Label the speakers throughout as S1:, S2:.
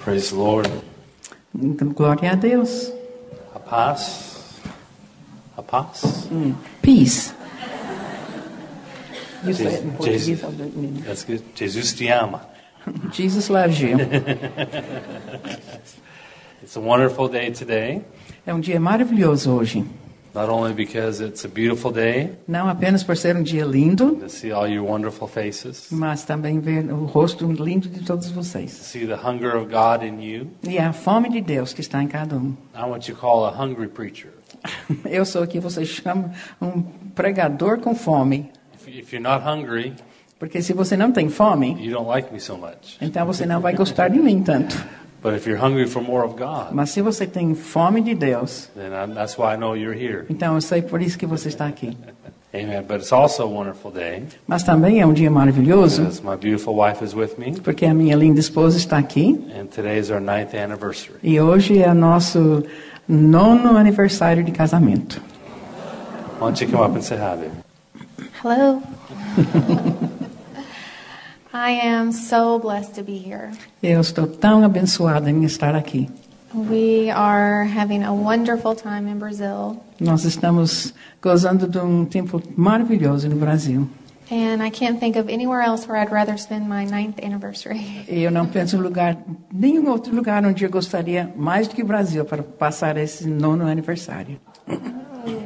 S1: Praise the Lord.
S2: Então, glória a Deus.
S1: A paz. A paz.
S2: Peace. é um You
S1: Jesus-
S2: say it in Portuguese,
S1: Jesus.
S2: I don't mean
S1: That's good. Jesus te ama.
S2: it. né? Jesus loves you.
S1: It's a wonderful day today,
S2: É um dia maravilhoso hoje.
S1: not only because it's a beautiful day
S2: Não apenas por ser um dia lindo,
S1: to see all your wonderful faces,
S2: mas também ver o rosto lindo de todos vocês.
S1: to see the hunger of God in you.
S2: E a fome de Deus que está em cada um.
S1: I'm what you call a hungry preacher.
S2: Eu sou o que vocês chamam um pregador com fome.
S1: If, if you're not hungry,
S2: Porque se você não tem fome,
S1: you don't like me so much.
S2: então você não vai gostar de mim tanto.
S1: But if you're hungry for more of God,
S2: Mas se você tem fome de Deus,
S1: then i that's why I know you're here.
S2: então eu sei por isso que você está aqui.
S1: Amen. But it's also a wonderful day
S2: Mas também é um dia maravilhoso,
S1: because my beautiful wife is with me,
S2: porque a minha linda esposa está aqui.
S1: and today is our ninth anniversary.
S2: E hoje é nosso nono aniversário de casamento.
S1: Why don't you come up and say hi, baby?
S3: Hello. I am so blessed to be here.
S2: Eu estou tão abençoada em estar aqui.
S3: We are having a wonderful time in Brazil,
S2: Nós estamos gozando de um tempo maravilhoso no Brasil.
S3: and I can't think of anywhere else where I'd rather spend my ninth anniversary.
S2: E eu não penso em lugar, nenhum outro lugar onde eu gostaria mais do que o Brasil para passar esse nono aniversário.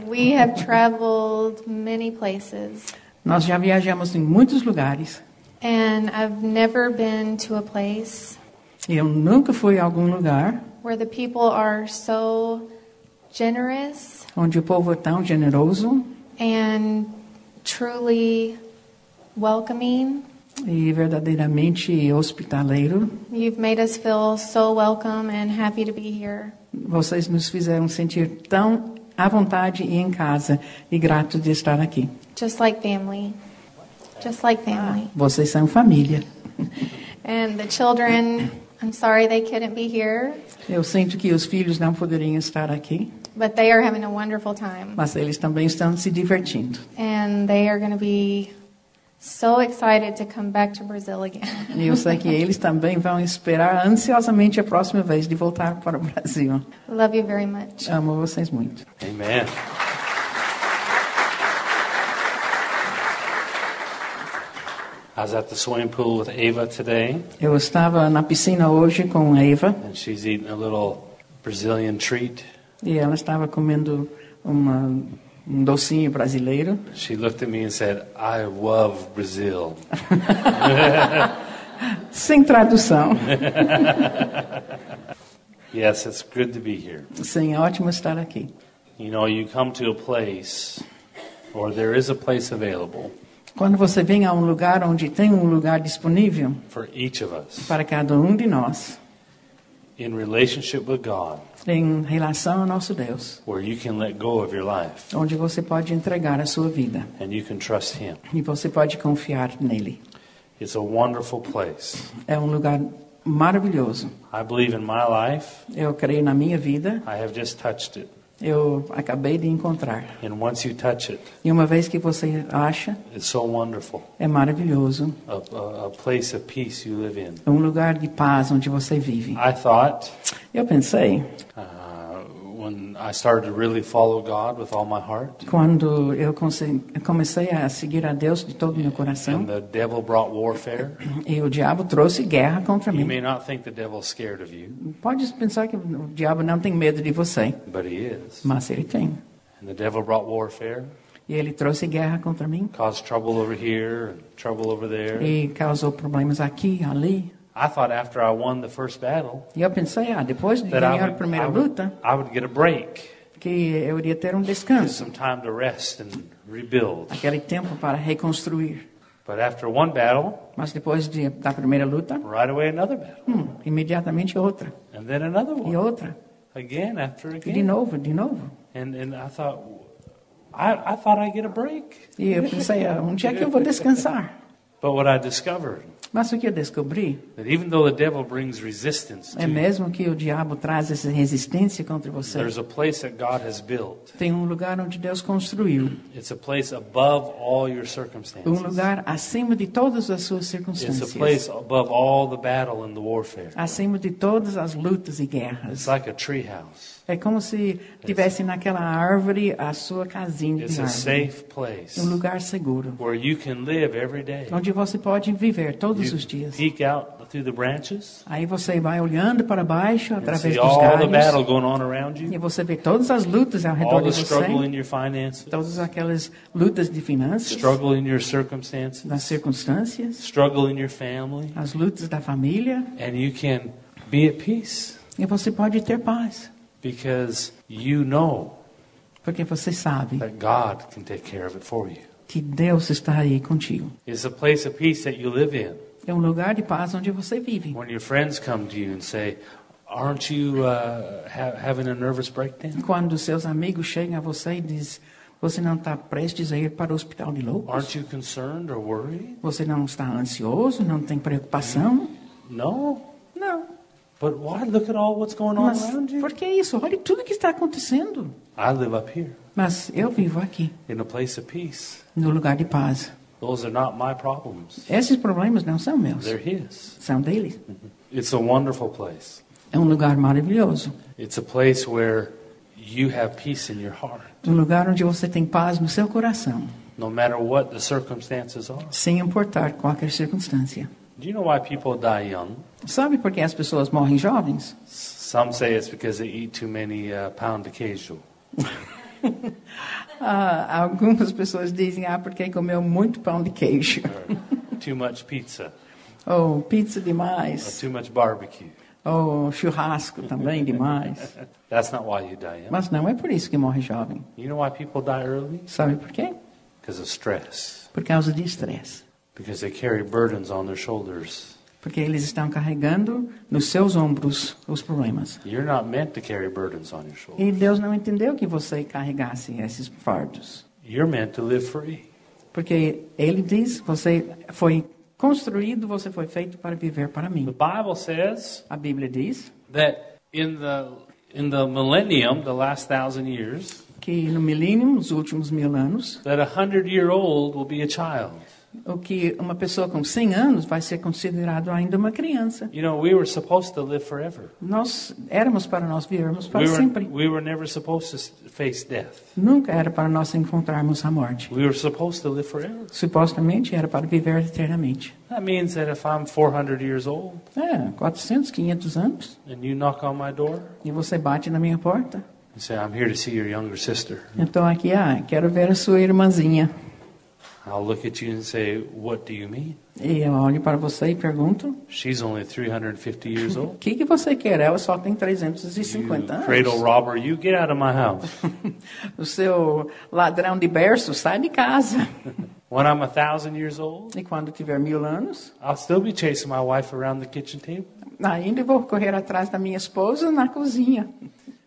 S3: We have traveled many places,
S2: Nós já viajamos em muitos lugares
S3: and I've never been to a place
S2: e eu nunca fui a algum lugar
S3: where the people are so generous
S2: onde o povo é tão generoso
S3: and truly welcoming.
S2: e verdadeiramente hospitaleiro.
S3: You've made us feel so welcome and happy to be here.
S2: Vocês nos fizeram sentir tão à vontade e em casa e grato de estar aqui.
S3: Just like family. Just like family.
S2: Vocês são família.
S3: And the children, I'm sorry they couldn't be here,
S2: Eu sinto que os filhos não poderiam estar aqui,
S3: but they are having a wonderful time.
S2: mas eles também estão se divertindo.
S3: And they are going to be so excited to come back to Brazil again.
S2: E eu sei que eles também vão esperar ansiosamente a próxima vez de voltar para o Brasil.
S3: Love you very much.
S2: Amo vocês muito.
S1: Amen. I was at the swimming pool with Ava today,
S2: Eu estava na piscina hoje com a Eva
S1: and she's eating a little Brazilian treat.
S2: e ela estava comendo uma, um docinho brasileiro.
S1: She looked at me and said, I love Brazil.
S2: Sem tradução.
S1: Yes, it's good to be here.
S2: Sim, é ótimo estar aqui.
S1: You know, you come to a place, or there is a place available
S2: Quando você vem a um lugar onde tem um lugar disponível
S1: for each of us
S2: para cada um de nós,
S1: in relationship with God
S2: em relação ao nosso Deus,
S1: where you can let go of your life
S2: onde você pode entregar a sua vida
S1: and you can trust Him.
S2: e você pode confiar nele.
S1: It's a wonderful place.
S2: É um lugar maravilhoso.
S1: I believe in my life,
S2: Eu creio na minha vida,
S1: I have just touched it.
S2: eu acabei de encontrar.
S1: And once you touch it,
S2: E uma vez que você acha,
S1: it's so wonderful.
S2: é maravilhoso.
S1: A, a, a place of peace you live in.
S2: É um lugar de paz onde você vive.
S1: I thought
S2: Eu pensei,
S1: uh, when I started to really follow God with all my heart,
S2: quando eu conse- comecei a seguir a Deus de todo o meu coração,
S1: and the devil brought warfare.
S2: e o diabo trouxe guerra contra
S1: You
S2: mim.
S1: may not think the devil's scared of you,
S2: Pode pensar que o diabo não tem medo de você,
S1: but he is.
S2: mas ele tem.
S1: And the devil brought warfare,
S2: E ele trouxe guerra contra mim
S1: caused trouble over here, and trouble over there.
S2: e causou problemas aqui, ali.
S1: I thought after I won the first battle
S2: E eu pensei, ah, depois de
S1: that I
S2: ganhar a
S1: would, I
S2: primeira
S1: would,
S2: luta,
S1: I would get a break,
S2: que eu iria ter um
S1: get
S2: descanso,
S1: some time to rest and rebuild.
S2: aquele tempo para reconstruir.
S1: But after one battle,
S2: Mas depois de, da primeira luta,
S1: right away another battle,
S2: hum, imediatamente outra,
S1: and then another
S2: e
S1: one,
S2: outra,
S1: again after
S2: e de
S1: again.
S2: novo, de novo.
S1: And and I thought, I, I thought I'd get a break.
S2: um E eu pensei, ah, onde é que eu vou descansar?
S1: But what I discovered
S2: Mas o que eu descobri
S1: that even though the devil brings resistance
S2: é
S1: to you,
S2: mesmo que o diabo traz essa resistência contra você.
S1: there's a place that God has built.
S2: Tem um lugar onde Deus construiu,
S1: It's a place above all your
S2: um
S1: circumstances.
S2: lugar acima de todas as suas
S1: It's a
S2: circunstâncias,
S1: place above all the battle and the warfare.
S2: acima de todas as lutas e guerras.
S1: It's like a treehouse.
S2: É como se tivesse naquela árvore a sua casinha
S1: It's
S2: de
S1: a
S2: árvore,
S1: safe place
S2: um lugar seguro,
S1: where you can live every day.
S2: onde você pode viver todos os
S1: You
S2: dias.
S1: peek out through the branches
S2: Aí você vai olhando para baixo
S1: and
S2: através
S1: see
S2: dos
S1: all the battle
S2: galhos
S1: going on around you,
S2: e você vê todas as lutas ao
S1: all
S2: redor
S1: the
S2: de
S1: struggle
S2: você,
S1: in your finances,
S2: todas aquelas lutas de finanças,
S1: struggle in your circumstances,
S2: nas circunstâncias,
S1: struggle in your family,
S2: as lutas da família,
S1: and you can be at peace
S2: e você pode ter paz,
S1: because you know
S2: porque você sabe
S1: that God can take care of it for you.
S2: que Deus está aí contigo.
S1: It's a place of peace that you live in.
S2: É um lugar de paz onde você vive.
S1: When your friends come to you and say, Aren't you uh, ha- having a nervous breakdown?
S2: Quando seus amigos chegam a você e dizem, você não está prestes a ir para o hospital de loucos?
S1: Aren't you concerned or worried?
S2: Você não está ansioso? Não tem preocupação?
S1: No.
S2: Não.
S1: But why? Look at all what's going on
S2: Mas
S1: around
S2: por
S1: you.
S2: que isso? Olha tudo que está acontecendo.
S1: I live up here
S2: Mas eu vivo aqui,
S1: in a place of peace.
S2: no lugar de paz.
S1: Those are not my problems.
S2: Esses problemas não são meus,
S1: They're his.
S2: são dele.
S1: It's a wonderful place.
S2: É um lugar maravilhoso.
S1: It's a place where you have peace in your heart,
S2: Um lugar onde você tem paz no seu coração,
S1: no matter what the circumstances are.
S2: sem importar qualquer circunstância.
S1: Do you know why people die young?
S2: Sabe por que as pessoas morrem jovens?
S1: S- Some say it's because they eat too many uh, pound of queijo.
S2: Ah, algumas pessoas dizem, ah, porque comeu muito pão de queijo,
S1: too much pizza,
S2: ou pizza
S1: or
S2: demais,
S1: too much barbecue.
S2: ou churrasco também demais.
S1: That's not why you die young.
S2: Mas não é por isso que morre jovem.
S1: You know why people die early?
S2: Sabe por quê?
S1: Because of stress.
S2: Por causa de estresse.
S1: Because they carry burdens on their shoulders.
S2: Porque eles estão carregando nos seus ombros os problemas.
S1: You're not meant to carry burdens on your shoulders.
S2: E Deus não entendeu que você carregasse esses fardos.
S1: You're meant to live free.
S2: Porque Ele diz: você foi construído, você foi feito para viver para
S1: The
S2: mim.
S1: Bible says
S2: A Bíblia diz
S1: that in the in the millennium, the last thousand years,
S2: que no milênio, nos últimos mil anos,
S1: that a hundred year old will be a child.
S2: o que uma pessoa com 100 anos vai ser considerado ainda uma criança.
S1: You know, we were supposed to live forever.
S2: Nós éramos para nós vivermos para
S1: we, were,
S2: sempre.
S1: we were never supposed to s- face death.
S2: Nunca era para nós encontrarmos a morte.
S1: We were supposed to live forever.
S2: Supostamente era para viver eternamente.
S1: That means that if I'm 400 years old
S2: É, 400, 500 anos.
S1: and you knock on my door
S2: E você bate na minha porta.
S1: and say, I'm here to see your younger sister,
S2: Então aqui, ah, quero ver a sua irmãzinha.
S1: I'll look at you and say, What do you mean?
S2: E eu olho para você e pergunto,
S1: She's only 350 years
S2: o
S1: old.
S2: que, que você quer? Ela só tem
S1: You
S2: 350
S1: cradle
S2: anos.
S1: robber, you get out of my house.
S2: O seu ladrão de berço sai de casa.
S1: When I'm a thousand years old,
S2: E quando tiver mil anos,
S1: I'll still be chasing my wife around the kitchen table.
S2: ainda vou correr atrás da minha esposa na cozinha.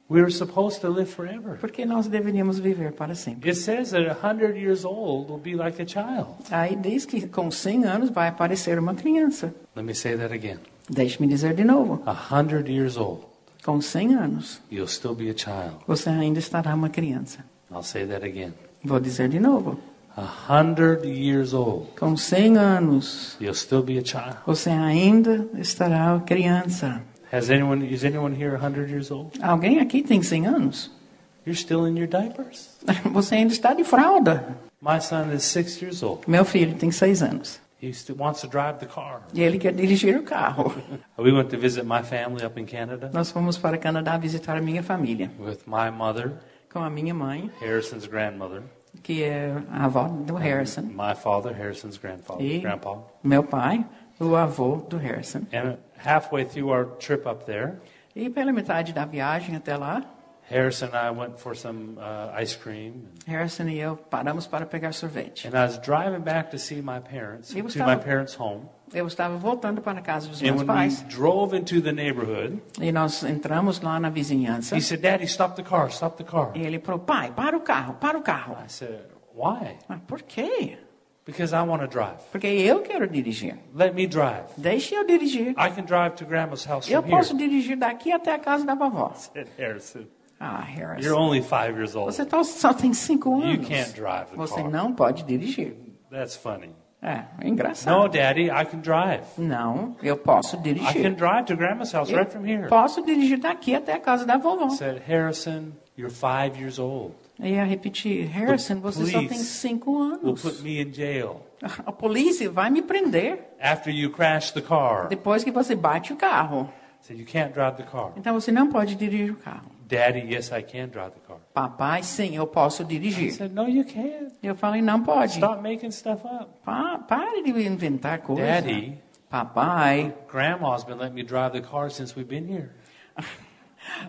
S1: We were supposed to live forever.
S2: Porque nós deveríamos viver para sempre.
S1: It says that a hundred years old will be like a child.
S2: Aí diz que com 100 anos vai aparecer uma criança.
S1: Let me say that again.
S2: Deixe-me dizer de novo,
S1: A hundred years old,
S2: com 100 anos,
S1: you'll still be a child.
S2: você ainda estará uma criança.
S1: I'll say that again.
S2: Vou dizer de novo,
S1: A hundred years old,
S2: com 100 anos,
S1: you'll still be a child.
S2: Você ainda estará criança.
S1: Has anyone is anyone here a hundred years old?
S2: Alguém aqui tem 100 anos?
S1: You're still in your diapers.
S2: Você ainda está de fralda.
S1: My son is six years old.
S2: Meu filho tem 6 anos.
S1: He still wants to drive the car.
S2: E ele quer dirigir o carro.
S1: We went to visit my family up in Canada
S2: Nós fomos para o Canadá visitar a minha família.
S1: with my mother,
S2: Com a minha mãe,
S1: Harrison's grandmother.
S2: que é a avó do Harrison.
S1: My father, Harrison's grandfather,
S2: E
S1: grandpa.
S2: meu pai, o avô do Harrison.
S1: And halfway through our trip up there,
S2: E pela metade da viagem até lá,
S1: Harrison and I went for some uh, ice cream.
S2: Harrison e eu paramos para pegar sorvete.
S1: And I was driving back to see my parents,
S2: He was
S1: to my
S2: talking-
S1: parents' home.
S2: Eu estava voltando para a casa dos
S1: And
S2: meus
S1: when
S2: pais.
S1: we drove into the neighborhood,
S2: E nós entramos lá na vizinhança.
S1: he said, Daddy, stop the car, stop the car.
S2: E ele falou, pai, para o carro, para o carro.
S1: I said, Why?
S2: Mas por quê?
S1: because I want to drive.
S2: Porque eu quero dirigir.
S1: Let me drive.
S2: Deixe eu dirigir.
S1: I can drive to grandma's house
S2: Eu
S1: from here.
S2: posso dirigir daqui até a casa da vovó.
S1: Said Harrison.
S2: Ah, Harris.
S1: You're only five years old.
S2: Você tá- só tem cinco
S1: You
S2: anos.
S1: can't drive the
S2: Você
S1: car.
S2: não pode dirigir.
S1: That's funny.
S2: É, é engraçado.
S1: No, Daddy, I can drive.
S2: Não, eu posso
S1: I can
S2: dirigir.
S1: drive to grandma's house right from here.
S2: Eu posso dirigir daqui até a casa da vovó.
S1: Said Harrison, you're five years old.
S2: E a repetir, Harrison,
S1: The
S2: você só tem
S1: police
S2: cinco
S1: Will
S2: anos.
S1: put me in jail
S2: A polícia vai me prender
S1: after you crash the car.
S2: depois que você bate o carro.
S1: Said you can't drive the car.
S2: Então você não pode dirigir o carro.
S1: Daddy, yes, I can drive the car.
S2: Papai, sim, eu posso dirigir.
S1: Said no, you can't.
S2: Eu falei, não pode.
S1: Stop making stuff up.
S2: Pa pare de inventar coisa.
S1: Daddy.
S2: Papai,
S1: Grandma's been letting me drive the car since we've been here.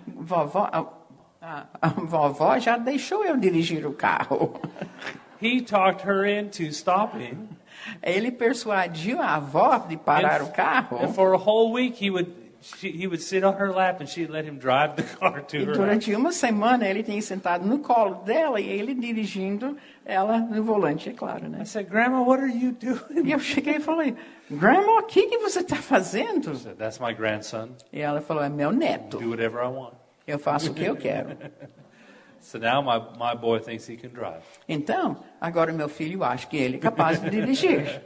S2: vovó, a, a- a vovó já deixou eu dirigir o carro.
S1: He talked her into stopping.
S2: Ele persuadiu a avó de parar
S1: and,
S2: o carro.
S1: and for a whole week, he would she, he would sit on her lap and she'd let him drive the car
S2: E
S1: to her. house.
S2: durante uma semana ele tinha sentado no colo dela e ele dirigindo ela no volante, é claro, né?
S1: I said, Grandma, what are you doing?
S2: E eu cheguei e falei, Grandma, o que, que você está fazendo?
S1: Said, That's my grandson.
S2: E ela falou, é meu
S1: Do
S2: neto,
S1: whatever I want.
S2: eu faço o que eu quero.
S1: So now my, my boy thinks he can drive.
S2: Então, agora meu filho acha que ele é capaz de dirigir.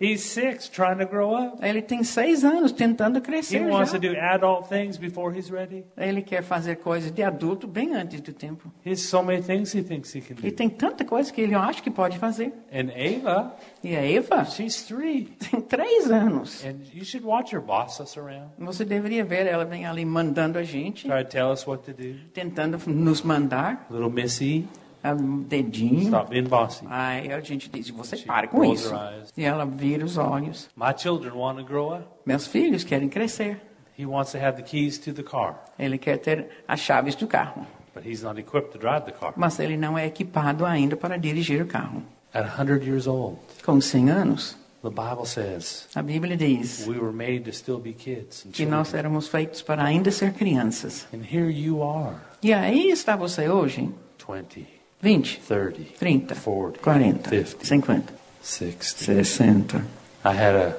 S1: He's six, trying to grow up.
S2: Ele tem seis anos tentando
S1: He
S2: crescer
S1: wants to
S2: já.
S1: do adult things before he's ready.
S2: Ele quer fazer coisas de adulto bem antes do tempo.
S1: He has so many things he thinks he can
S2: E
S1: do.
S2: tem tanta coisa que ele acha que pode fazer.
S1: And Ava,
S2: E a Eva
S1: she's three.
S2: tem três anos.
S1: And you should watch her boss us around.
S2: Você deveria ver, ela vem ali mandando a gente,
S1: Try to tell us what to do.
S2: tentando nos mandar
S1: Little Missy,
S2: ah, um dedinho.
S1: stop being bossy.
S2: Aí a gente diz, você
S1: She
S2: para com
S1: rolls
S2: isso.
S1: her eyes.
S2: E ela vira os olhos.
S1: My children want to grow up.
S2: Meus filhos querem crescer.
S1: He wants to have the keys to the car,
S2: Ele quer ter as chaves do carro.
S1: but he's not equipped to drive the car.
S2: Mas ele não é equipado ainda para dirigir o carro.
S1: At 100 years old,
S2: Com 100 anos,
S1: the Bible says
S2: a Bíblia diz
S1: we were made to still be kids. And,
S2: que
S1: children.
S2: nós éramos feitos para ainda ser crianças.
S1: and here you are,
S2: E aí está você hoje,
S1: 20,
S2: 20,
S1: 30,
S2: 30,
S1: 40,
S2: 40,
S1: 50,
S2: 50,
S1: 60.
S2: 60.
S1: I had a,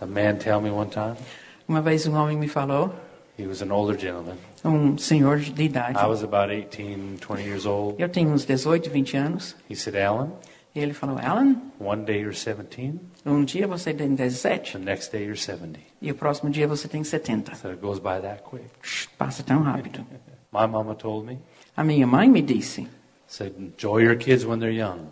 S1: a man tell me one time,
S2: Uma vez um homem me falou,
S1: he was an older gentleman.
S2: um senhor de idade,
S1: I was about 18, 20 years old.
S2: eu tenho uns 18, 20 anos,
S1: He said, Alan,
S2: e ele falou, Alan,
S1: one day you're 17,
S2: um dia você tem
S1: the
S2: 17
S1: next day you're 70.
S2: e o próximo dia você tem
S1: I
S2: 70.
S1: said, it goes by that quick.
S2: Shhh, Passa tão rápido.
S1: My mama told me,
S2: A minha mãe me disse,
S1: said, enjoy your kids when they're young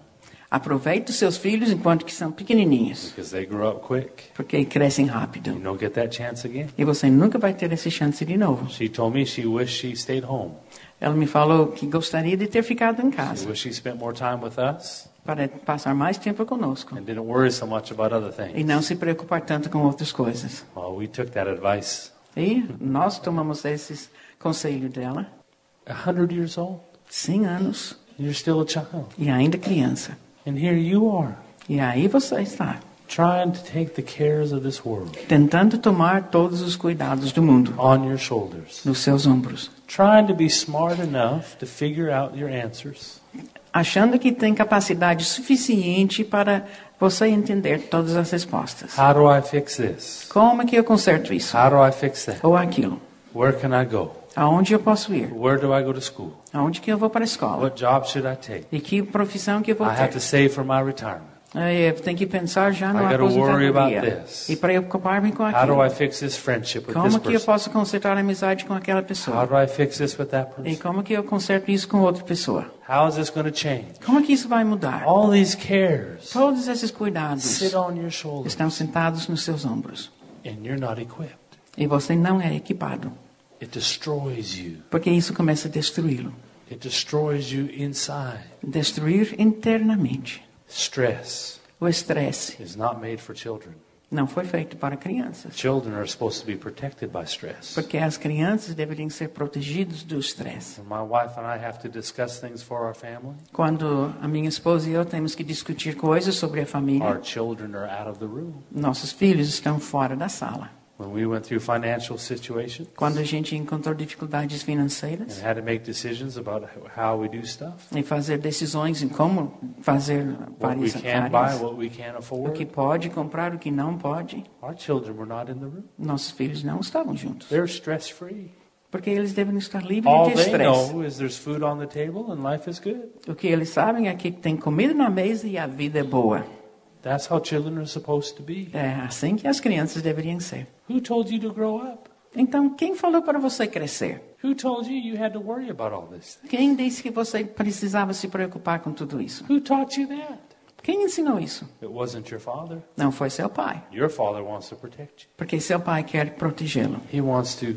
S2: aproveite os seus filhos enquanto que são pequenininhos,
S1: because they grow up quick.
S2: porque crescem
S1: You
S2: rápido.
S1: don't get that chance again.
S2: E você nunca vai ter essa chance de novo.
S1: She told me she wished she stayed home.
S2: Ela me falou que gostaria de ter ficado em
S1: She
S2: casa
S1: wished she spent more time with us
S2: para passar mais tempo conosco
S1: and didn't worry so much about other
S2: e não
S1: things.
S2: se preocupar tanto com outras coisas.
S1: Well, we took that advice.
S2: E nós tomamos esse conselho dela,
S1: A hundred years old,
S2: 100 anos
S1: you're still a child.
S2: e ainda criança.
S1: And here you are,
S2: E aí você está
S1: trying to take the cares of this world
S2: tentando tomar todos os cuidados do mundo
S1: on your shoulders,
S2: nos seus ombros,
S1: trying to be smart enough to figure out your answers,
S2: achando que tem capacidade suficiente para você entender todas as respostas.
S1: How do I fix this?
S2: Como é que eu conserto isso?
S1: How do I fix that?
S2: Ou aquilo?
S1: Where can I go?
S2: Aonde eu posso ir?
S1: Where do I go to school?
S2: Aonde que eu vou para a escola?
S1: What job should I take?
S2: E que profissão que eu vou
S1: I have to
S2: ter?
S1: save for my retirement.
S2: Aí eu tenho que pensar já
S1: I
S2: na
S1: gotta worry
S2: aposentadoria.
S1: about this.
S2: E preocupar-me com
S1: How do I
S2: aquilo.
S1: fix this friendship with this
S2: Como que eu
S1: person?
S2: posso consertar a amizade com aquela
S1: How
S2: pessoa?
S1: do I fix this with that
S2: E
S1: person?
S2: como que eu conserto isso com outra pessoa?
S1: How is this going to change?
S2: Como é que isso vai mudar?
S1: All these cares
S2: Todos esses cuidados
S1: sit on your shoulders
S2: estão sentados nos seus ombros.
S1: and you're not equipped.
S2: E você não é equipado.
S1: It destroys you.
S2: Porque isso começa a destruí-lo.
S1: It destroys you inside.
S2: Destruir internamente.
S1: Stress
S2: O estresse
S1: is not made for children.
S2: não foi feito para crianças.
S1: Children are supposed to be protected by stress.
S2: Porque as crianças deveriam ser protegidas do estresse.
S1: And my wife and I have to discuss things for our family.
S2: Quando a minha esposa e eu temos que discutir coisas sobre a família,
S1: Our children are out of the room.
S2: nossos filhos estão fora da sala.
S1: When we went through financial situations
S2: Quando a gente encontrou dificuldades
S1: and
S2: financeiras
S1: had to make decisions about how we do stuff,
S2: em fazer decisões em como fazer
S1: what we
S2: várias
S1: can buy,
S2: áreas,
S1: what we can't
S2: o que
S1: afford,
S2: pode comprar, o que não pode,
S1: our children were not in the room.
S2: nossos filhos não estavam juntos.
S1: They're stress free.
S2: Porque eles devem estar livres
S1: All
S2: de
S1: they
S2: estresse.
S1: know is there's food on the table and life is good.
S2: O que eles sabem é que tem comida na mesa e a vida é boa.
S1: That's how children are supposed to be.
S2: É assim que as crianças deveriam ser.
S1: Who told you to grow up?
S2: Então, quem falou para você crescer?
S1: Who told you you had to worry about all this?
S2: Quem disse que você precisava se preocupar com tudo isso?
S1: Who taught you that?
S2: Quem ensinou isso?
S1: It wasn't your father.
S2: Não foi seu pai,
S1: Your father wants to protect you.
S2: porque seu pai quer protegê-lo.
S1: He wants to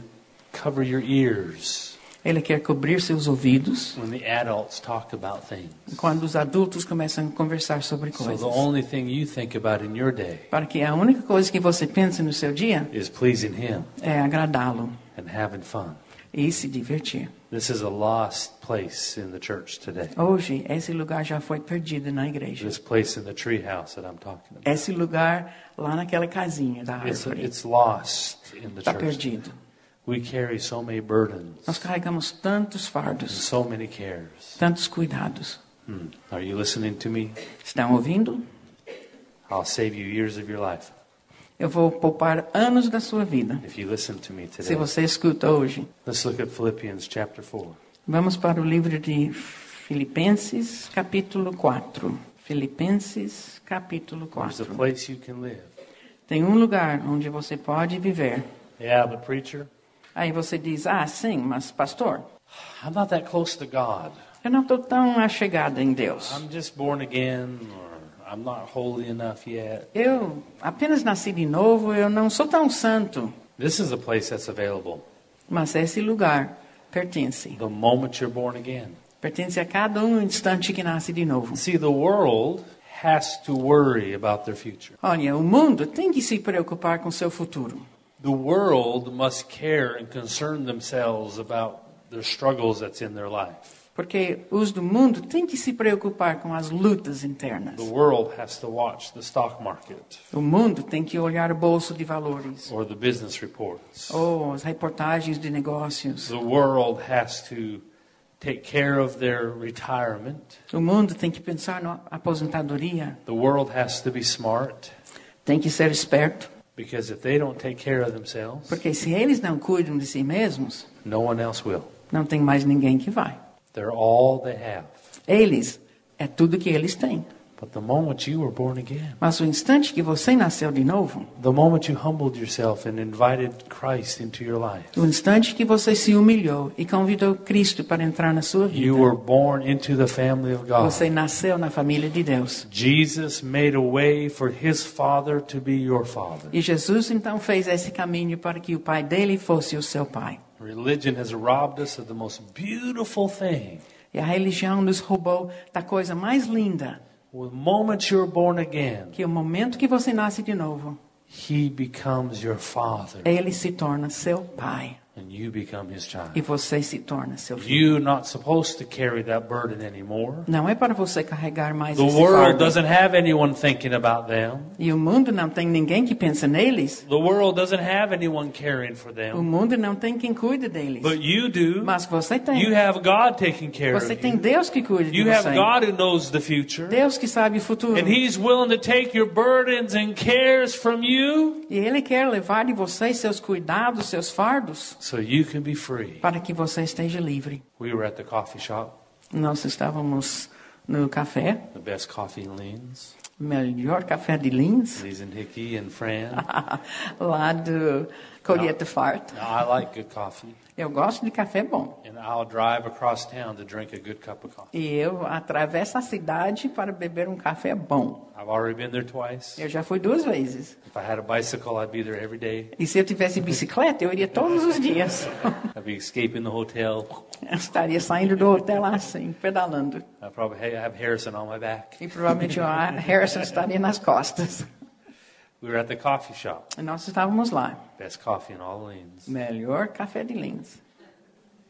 S1: cover your ears
S2: Ele quer cobrir seus ouvidos
S1: when the adults talk about things.
S2: quando os adultos começam a conversar sobre
S1: So
S2: coisas.
S1: the only thing you think about in your day
S2: Para que a única coisa que você pense no seu dia
S1: is pleasing him
S2: é agradá-lo
S1: and having fun.
S2: e se divertir.
S1: This is a lost place in the church today.
S2: Hoje, esse lugar já foi perdido na igreja.
S1: This place in the treehouse that I'm talking about.
S2: Esse lugar lá naquela casinha da
S1: It's,
S2: árvore
S1: it's lost in the
S2: está
S1: church.
S2: perdido.
S1: We carry so many burdens
S2: Nós carregamos tantos
S1: and
S2: fardos,
S1: so many cares.
S2: tantos cuidados.
S1: Hmm. Are you listening to me?
S2: Estão ouvindo?
S1: I'll save you years of your life
S2: Eu vou poupar anos da sua vida.
S1: if you listen to me
S2: Se
S1: today.
S2: você escuta hoje,
S1: Let's look at Philippians chapter 4.
S2: vamos para o livro de Filipenses, capítulo 4. Filipenses, capítulo
S1: There's a
S2: 4.
S1: place you can live.
S2: Tem um lugar onde você pode viver.
S1: Yeah, but preacher,
S2: Aí você diz: Ah, sim, mas pastor,
S1: I'm not that close to God.
S2: eu não estou tão achegada em Deus.
S1: I'm just born again, or I'm not holy enough yet.
S2: Eu apenas nasci de novo, eu não sou tão santo.
S1: This is a place that's available
S2: Mas é esse lugar pertence.
S1: the moment you're born again.
S2: Pertence a cada um instante que nasce de novo.
S1: See, the world has to worry about their future.
S2: Olha, o mundo tem que se preocupar com seu futuro.
S1: The world must care and concern themselves about the struggles that's in their life.
S2: Porque os do mundo têm que se preocupar com as lutas internas.
S1: The world has to watch the stock market
S2: O mundo tem que olhar o bolso de valores,
S1: or the business reports.
S2: ou as reportagens de negócios.
S1: The world has to take care of their retirement.
S2: O mundo tem que pensar na aposentadoria,
S1: The world has to be smart
S2: tem que ser esperto,
S1: because if they don't take care of themselves,
S2: porque se eles não cuidam de si mesmos,
S1: no one else will.
S2: não tem mais ninguém que vai.
S1: They're all they have.
S2: Eles é tudo que eles têm.
S1: But the moment you were born again,
S2: Mas o instante que você nasceu de novo,
S1: the moment you humbled yourself and invited Christ into your life,
S2: o instante que você se humilhou e convidou Cristo para entrar na sua vida,
S1: you were born into the family of God.
S2: você nasceu na família de Deus.
S1: Jesus made a way for his Father to be your Father.
S2: E Jesus então fez esse caminho para que o pai dele fosse o seu pai.
S1: Religion has robbed us of the most beautiful thing.
S2: E a religião nos roubou da coisa mais linda,
S1: The moment you're born again,
S2: que o momento que você nasce de novo,
S1: He becomes your father
S2: ele se torna seu pai
S1: and you become his
S2: e
S1: child.
S2: você se torna seu filho.
S1: You're not supposed to carry that burden anymore.
S2: Não é para você carregar mais
S1: The
S2: esse
S1: world
S2: fardo.
S1: doesn't have anyone thinking about them.
S2: E o mundo não tem ninguém que pensa neles.
S1: The world doesn't have anyone caring for
S2: O
S1: them.
S2: mundo não tem quem cuide deles.
S1: But you do.
S2: Mas você
S1: You
S2: tem.
S1: have God taking care of
S2: Você tem
S1: you.
S2: Deus que cuida de
S1: You have
S2: você.
S1: God who knows the future.
S2: Deus que sabe o futuro.
S1: And He's willing to take your burdens and cares from you
S2: E Ele quer levar de você seus cuidados, seus fardos,
S1: so you can be free.
S2: para que você esteja livre.
S1: We were at the coffee shop,
S2: Nós estávamos no café,
S1: the best coffee in Lynn's,
S2: melhor café de Linz,
S1: Lee's and Hickey and Fran.
S2: lá do Colheita Fart.
S1: Now, I like good coffee.
S2: Eu gosto de café bom.
S1: and I'll drive across town to drink a good cup of coffee.
S2: E eu atravesso a cidade para beber um café bom.
S1: I've already been there twice.
S2: Eu já fui duas vezes.
S1: If I had a bicycle, I'd be there every day.
S2: E se eu tivesse bicicleta, eu iria todos os dias.
S1: I'd be escaping the hotel.
S2: Eu estaria saindo do hotel assim, pedalando.
S1: I probably ha- have Harrison on my back.
S2: E provavelmente o Harrison estaria nas costas.
S1: We were at the coffee shop,
S2: E nós estávamos lá.
S1: best coffee in all Orleans,
S2: Melhor café de Linz.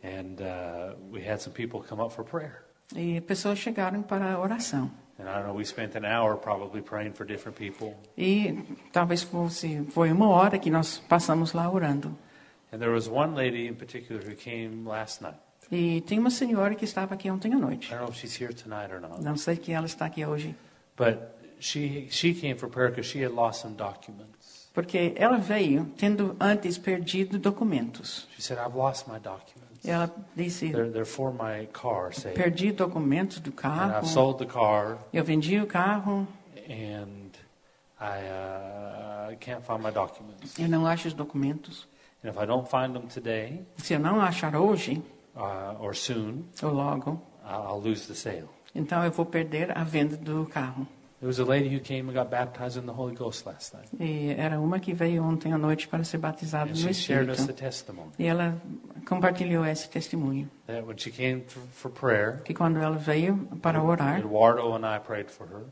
S1: and uh, we had some people come up for prayer.
S2: E pessoas chegaram para a oração.
S1: And I don't know, we spent an hour probably praying for different people.
S2: E talvez fosse, foi uma hora que nós passamos lá orando.
S1: And there was one lady in particular who came last night.
S2: E tem uma senhora que estava aqui ontem à
S1: I
S2: noite.
S1: don't know if she's here tonight or not,
S2: Não sei que ela está aqui hoje.
S1: but she she came for prayer because she had lost some documents.
S2: Porque ela veio tendo antes perdido documentos.
S1: She said, "I've lost my documents.
S2: Ela disse,
S1: They're they're for my car, say, and
S2: perdi documentos do
S1: I've
S2: carro,
S1: sold the car,
S2: eu vendi o carro,
S1: and I uh, can't find my documents.
S2: eu não acho os documentos.
S1: And if I don't find them today
S2: Se eu não achar hoje,
S1: uh, or soon,
S2: ou logo,
S1: I- I'll lose the sale."
S2: então eu vou perder a venda do carro.
S1: There was a lady who came and got baptized in the Holy Ghost last night,
S2: E era uma que veio ontem à noite para ser batizada
S1: and she
S2: no
S1: shared us the
S2: Espírito.
S1: testimony
S2: E ela compartilhou esse testemunho.
S1: that when she came th- for prayer,
S2: Que quando ela veio para orar,
S1: Eduardo and I prayed for her.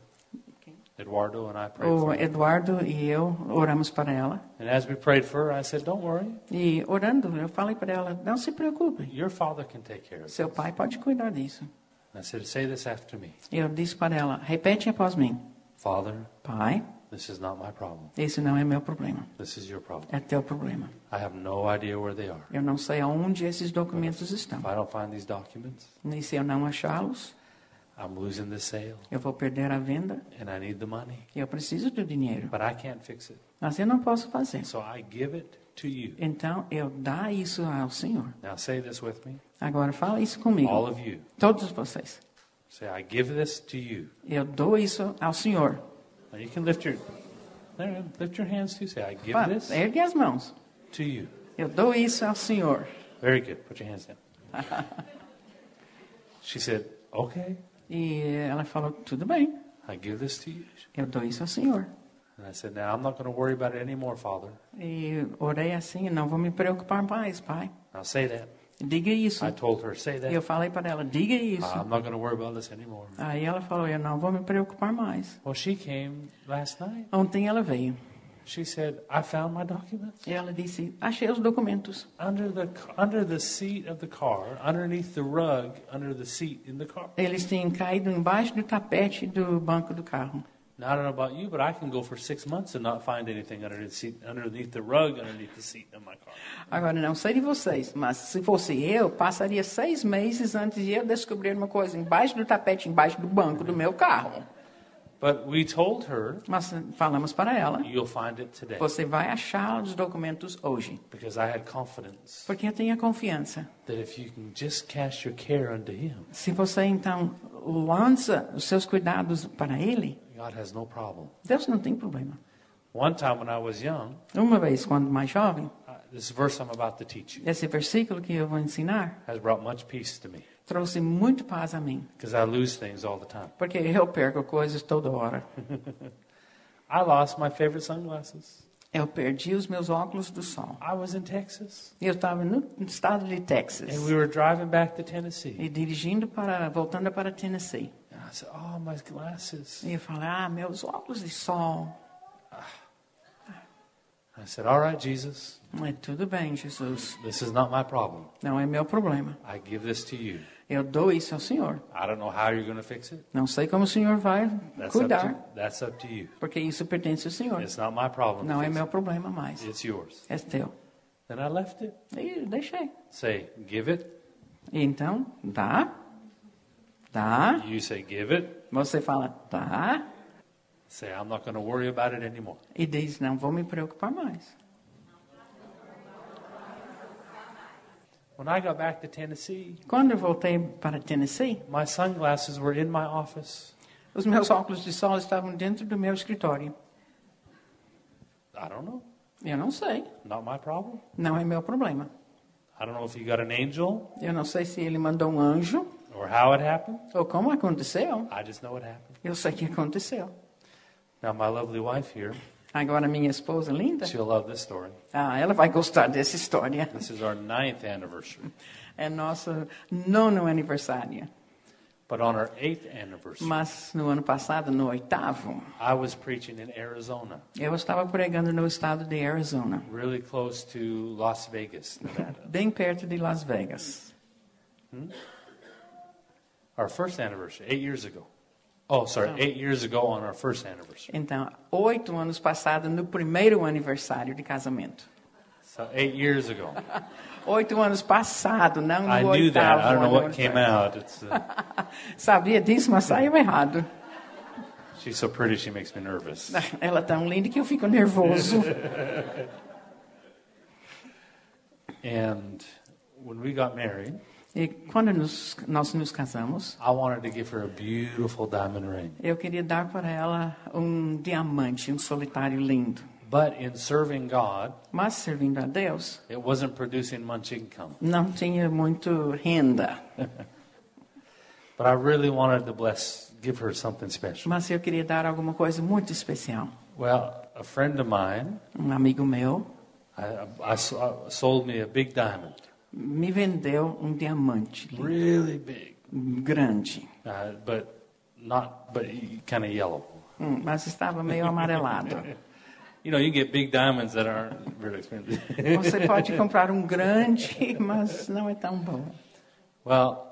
S2: Quem?
S1: Eduardo and I prayed
S2: o
S1: for her.
S2: Eduardo e eu oramos para ela.
S1: And as we prayed for her, I said, Don't worry,
S2: E orando, eu falei para ela: não se preocupe,
S1: your father can take care of it.
S2: seu pai pode cuidar disso.
S1: I said, Say this after me
S2: Eu disse para ela: repete após mim:
S1: Father,
S2: Pai,
S1: this is not my problem.
S2: esse não é meu problema,
S1: This is your problem.
S2: é teu problema.
S1: I have no idea where they are.
S2: Eu não sei aonde esses documentos estão.
S1: If I don't find these documents,
S2: E se eu não achá-los,
S1: I'm losing this sale
S2: eu vou perder a venda.
S1: and I need the money,
S2: Eu preciso do dinheiro,
S1: but I can't fix it.
S2: mas eu não posso fazer.
S1: So I give it to you.
S2: Então eu dá isso ao Senhor.
S1: Now say this with me.
S2: Agora fala isso comigo,
S1: All of you.
S2: todos vocês.
S1: Say, I give this to you.
S2: Eu dou isso ao Senhor.
S1: Now you can lift your there, lift your hands too. Say, I give
S2: Vá,
S1: this
S2: ergue as mãos.
S1: to you.
S2: Eu dou isso ao Senhor.
S1: Very good. Put your hands down. she said, Okay,
S2: E ela falou: tudo bem,
S1: I give this to you.
S2: eu dou isso ao Senhor.
S1: And I said, Now I'm not going to worry about it anymore, Father.
S2: E orei assim: não vou me preocupar mais, pai.
S1: Now say that.
S2: Diga isso.
S1: I told her, Say that. Uh,
S2: Eu falei para ela: diga isso.
S1: I'm not going to worry about this anymore.
S2: Aí ela falou: eu não vou me preocupar mais.
S1: Well, she came last night.
S2: Ontem ela veio.
S1: She said, I found my documents
S2: E ela disse: achei os documentos
S1: under the under the seat of the car, underneath the rug, under the seat in the car.
S2: Eles tinham caído embaixo do tapete do banco do carro.
S1: Now, I don't know about you, but I can go for six months and not find anything underneath the, seat, underneath the rug, underneath the seat in my car.
S2: Agora, não sei de vocês, mas se fosse eu, passaria seis meses antes de eu descobrir uma coisa embaixo do tapete, embaixo do banco do meu carro.
S1: But we told her,
S2: Mas eh, falamos para ela:
S1: you'll find it today.
S2: você vai achar os documentos hoje.
S1: Because I had confidence
S2: Porque eu tenho a confiança.
S1: that if you can just cast your care unto Him,
S2: Se você então lança os seus cuidados para Ele,
S1: God has no problem.
S2: Deus não tem problema.
S1: One time when I was young,
S2: Uma vez, quando mais jovem,
S1: I, Uh, this verse I'm about to teach you
S2: esse versículo que eu vou ensinar
S1: has brought much peace to me
S2: trouxe muito paz a mim.
S1: because I lose things all the time.
S2: Porque eu perco coisas toda hora.
S1: I lost my favorite sunglasses.
S2: Eu perdi os meus óculos do sol.
S1: I was in Texas
S2: Eu estava no estado de Texas
S1: and we were driving back to Tennessee.
S2: e dirigindo para, voltando para Tennessee.
S1: And I said, Oh, my glasses.
S2: E eu falei, ah, meus óculos de sol.
S1: I said, All right, Jesus,
S2: Mas tudo bem, Jesus,
S1: this is not my problem.
S2: não é meu problema.
S1: I give this to you.
S2: Eu dou isso ao Senhor.
S1: I don't know how you're going to fix it.
S2: Não sei como o Senhor vai
S1: That's up, to,
S2: cuidar,
S1: that's up to you.
S2: porque isso pertence ao Senhor.
S1: It's not my problem. to
S2: Não é
S1: fix
S2: meu problema mais,
S1: it. It's yours.
S2: é teu.
S1: Then I left it.
S2: E eu deixei.
S1: Say, give it.
S2: E então, dá, dá.
S1: You say, give it.
S2: Você fala, dá.
S1: Say, I'm not going to worry about it anymore.
S2: E diz, não vou me preocupar mais.
S1: When I got back to Tennessee,
S2: Quando eu voltei para Tennessee,
S1: my sunglasses were in my office.
S2: os meus óculos de sol estavam dentro do meu escritório.
S1: I don't know.
S2: Eu não sei,
S1: Not my problem.
S2: não é meu problema.
S1: I don't know if you got an angel
S2: Eu não sei se ele mandou um anjo
S1: or how it happened.
S2: ou como aconteceu.
S1: I just know it happened.
S2: Eu sei que aconteceu.
S1: Now, my lovely wife here,
S2: Agora minha esposa linda,
S1: she'll love this story.
S2: ah, ela vai gostar dessa história.
S1: This is our ninth anniversary.
S2: É nosso nono aniversário.
S1: But on our eighth anniversary,
S2: Mas no ano passado, no oitavo,
S1: I was preaching in Arizona,
S2: eu estava pregando no estado de Arizona,
S1: really close to Las Vegas, Nevada.
S2: bem perto de Las Vegas.
S1: Our first anniversary, eight years ago. Oh, sorry, eight years ago on our first anniversary.
S2: Então, oito anos passados, no primeiro aniversário de casamento.
S1: So eight years ago.
S2: Oito anos passado, não no
S1: I
S2: oitavo
S1: knew that. I don't know
S2: ano
S1: what came out. It's, uh,
S2: Sabia disso, mas saiu errado.
S1: she's so pretty, she makes me nervous.
S2: Ela é tão linda que eu fico nervoso.
S1: And when we got married,
S2: E quando nos, nós nos casamos,
S1: I wanted to give her a beautiful diamond ring.
S2: eu queria dar para ela um diamante, um solitário lindo.
S1: But in serving God,
S2: Mas servindo a Deus,
S1: it wasn't producing much income.
S2: não tinha muito renda.
S1: But I really wanted to bless, give her something special.
S2: Mas eu queria dar alguma coisa muito especial.
S1: Well, a friend of mine
S2: Um amigo meu
S1: I, I- I sold me a big diamond,
S2: me vendeu um diamante lindo,
S1: really big,
S2: grande,
S1: uh, but not, but kind of yellow.
S2: Hum, mas estava meio amarelado.
S1: You know, you can get big diamonds that aren't really expensive.
S2: Você pode comprar um grande, mas não é tão bom.
S1: Well,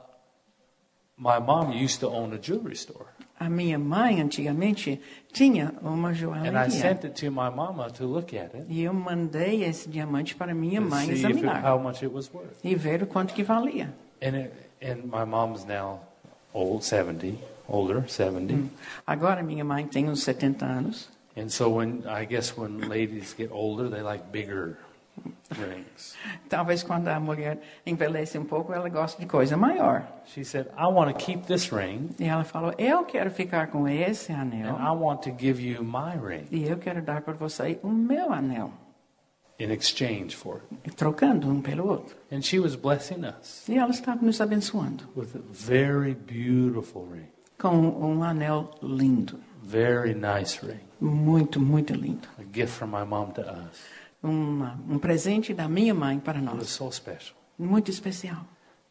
S1: my mom used to own a jewelry store,
S2: A minha mãe, antigamente, tinha uma
S1: and I
S2: joalheria.
S1: sent it to my mama to look at it
S2: E eu mandei esse diamante para minha
S1: and
S2: mãe
S1: see if it-
S2: examinar
S1: how much it was worth.
S2: e ver o quanto que valia.
S1: And it, and my mom's now old, seventy, older, seventy,
S2: Mm. Agora minha mãe tem uns 70 anos.
S1: and so when I guess when ladies get older, they like bigger rings.
S2: Talvez quando a mulher envelhece um pouco, ela gosta de coisa maior.
S1: She said, "I want to keep this ring."
S2: E ela falou: Eu quero ficar com esse
S1: And
S2: anel
S1: I want to give you my ring
S2: e eu quero dar para você o meu anel,
S1: in exchange for it.
S2: trocando um pelo outro.
S1: And she was blessing us
S2: E ela estava nos abençoando
S1: with a very beautiful ring,
S2: com um anel lindo,
S1: very nice ring,
S2: muito, muito lindo.
S1: a gift from my mom to us.
S2: Uma, um presente da minha mãe para
S1: It was
S2: nós,
S1: so special.
S2: muito especial.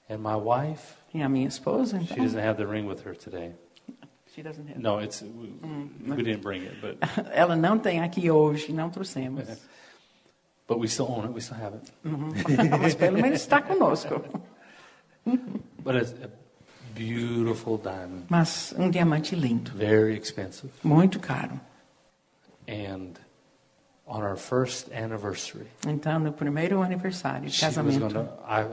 S1: And my wife,
S2: E a minha esposa,
S1: she
S2: então.
S1: doesn't have the ring with her today.
S2: She doesn't have-
S1: No, it's we, we didn't bring it, but
S2: Ela não tem aqui hoje, não trouxemos.
S1: but we still own it. We still have it.
S2: Mas pelo menos está conosco.
S1: But it's a beautiful diamond,
S2: Mas um diamante lindo,
S1: very expensive.
S2: muito caro.
S1: And on our first anniversary,
S2: Então, no primeiro aniversário de
S1: She was
S2: casamento,
S1: gonna, I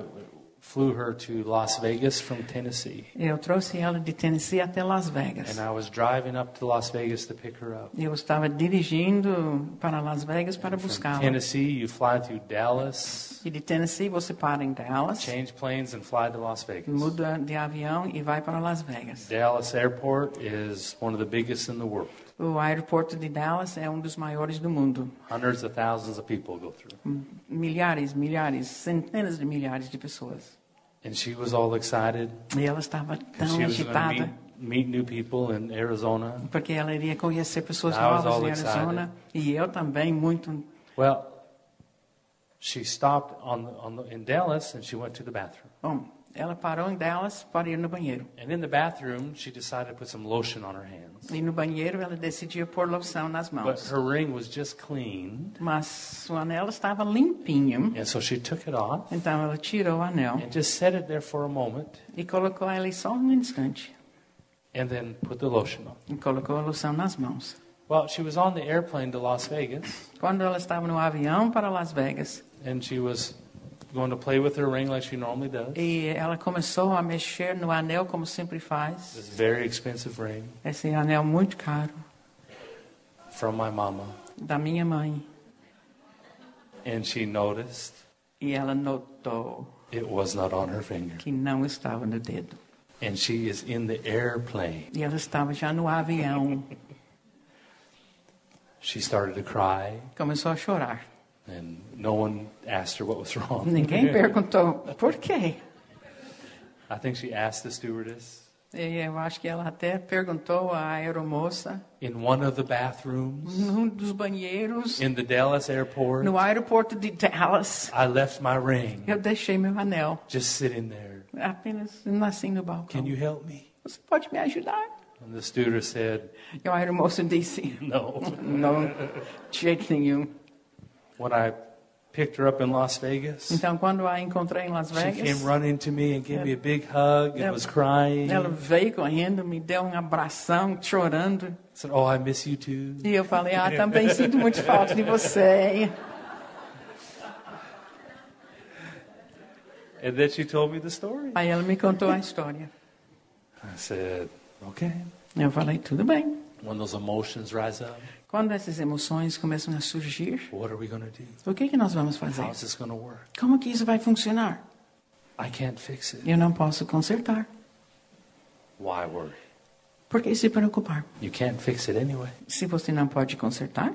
S1: flew her to Las Vegas from Tennessee,
S2: eu trouxe ela de Tennessee até Las Vegas.
S1: and I was driving up to Las Vegas to pick her up.
S2: Eu estava dirigindo para Las Vegas para
S1: From
S2: buscá-la.
S1: É Tennessee, you fly through Dallas,
S2: E de Tennessee você para em Dallas,
S1: change planes, and fly to Las Vegas.
S2: muda de avião e vai para Las Vegas.
S1: Dallas Airport is one of the biggest in the world.
S2: O aeroporto de Dallas é um dos maiores do mundo.
S1: Hundreds of thousands of people go through.
S2: Milhares, milhares, centenas de milhares de pessoas.
S1: And she was all excited.
S2: E ela estava
S1: 'cause
S2: tão
S1: she was going
S2: agitada.
S1: to meet, meet new people in Arizona.
S2: porque ela iria conhecer pessoas
S1: I was
S2: novas
S1: all
S2: em Arizona e eu também muito.
S1: Well, she stopped on, the- on the, in Dallas and she went to the bathroom.
S2: Bom, ela parou em Dallas para ir no banheiro
S1: And in the bathroom, she decided to put some lotion on her hands.
S2: e no banheiro ela decidiu pôr loção nas
S1: But
S2: mãos,
S1: her ring was just clean,
S2: mas o anel estava limpinho,
S1: and so she took it off
S2: então ela tirou o anel
S1: and just set it there for a moment,
S2: e colocou ele só um instante
S1: and then put the lotion on.
S2: e colocou a loção nas mãos.
S1: Well, she was on the airplane to Las Vegas,
S2: Quando ela estava no avião para Las Vegas
S1: and she was going to play with her ring like she normally does.
S2: e ela começou a mexer no anel como sempre faz,
S1: This very expensive ring
S2: esse anel muito caro
S1: from my mama,
S2: da minha mãe
S1: and she noticed
S2: e ela notou
S1: it was not on her finger,
S2: que não estava no dedo.
S1: and she is in the airplane.
S2: E ela estava já no avião.
S1: She started to cry,
S2: Começou a chorar.
S1: and no one asked her what was wrong.
S2: Ninguém perguntou por quê.
S1: I think she asked the stewardess
S2: E eu acho que ela até perguntou à aeromoça,
S1: in one of the bathrooms.
S2: num dos banheiros,
S1: in the Dallas airport.
S2: no aeroporto de Dallas.
S1: I left my ring
S2: Eu deixei meu anel,
S1: just sitting there.
S2: apenas nasci no
S1: Can
S2: balcão.
S1: you help me?
S2: Você pode me ajudar?
S1: And the stewardess said,
S2: E a aeromoça disse,
S1: No.
S2: não, de jeito nenhum.
S1: When I picked her up in Las Vegas.
S2: Então, quando a encontrei em Las
S1: She
S2: Vegas,
S1: came running to me and gave me a big hug and
S2: Yeah.
S1: was crying.
S2: ela veio correndo, me deu um abração, chorando.
S1: Said, "Oh, I miss you too."
S2: E eu falei, ah, também sinto muito falta de você.
S1: And then she told me the story.
S2: Aí ela me contou a história.
S1: I said, "Okay."
S2: Eu falei, tudo bem.
S1: When those emotions rise up,
S2: Quando essas emoções começam a surgir,
S1: what are we going to do?
S2: o que, que nós vamos fazer?
S1: How's this going to work?
S2: Como que isso vai funcionar?
S1: I can't fix it.
S2: Eu não posso consertar.
S1: Why worry?
S2: Por que se preocupar?
S1: You can't fix it anyway.
S2: Se você não pode consertar,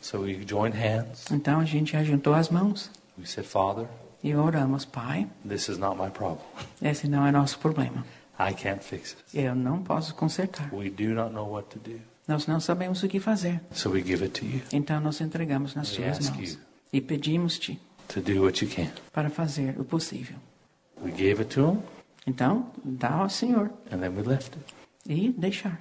S1: So we joined hands.
S2: então a gente ajuntou as mãos
S1: We said, "Father,
S2: e oramos, Pai,
S1: this is not my problem.
S2: esse não é nosso problema.
S1: I can't fix it.
S2: Eu não posso consertar.
S1: We do not know what to do.
S2: Nós não sabemos o que fazer.
S1: So we give it to you
S2: Então nós entregamos nas
S1: We
S2: suas
S1: ask
S2: mãos
S1: you.
S2: e pedimos-te
S1: to do what you can."
S2: para fazer o possível.
S1: We gave it to him,
S2: Então, dá ao Senhor
S1: and then we left it.
S2: e deixar.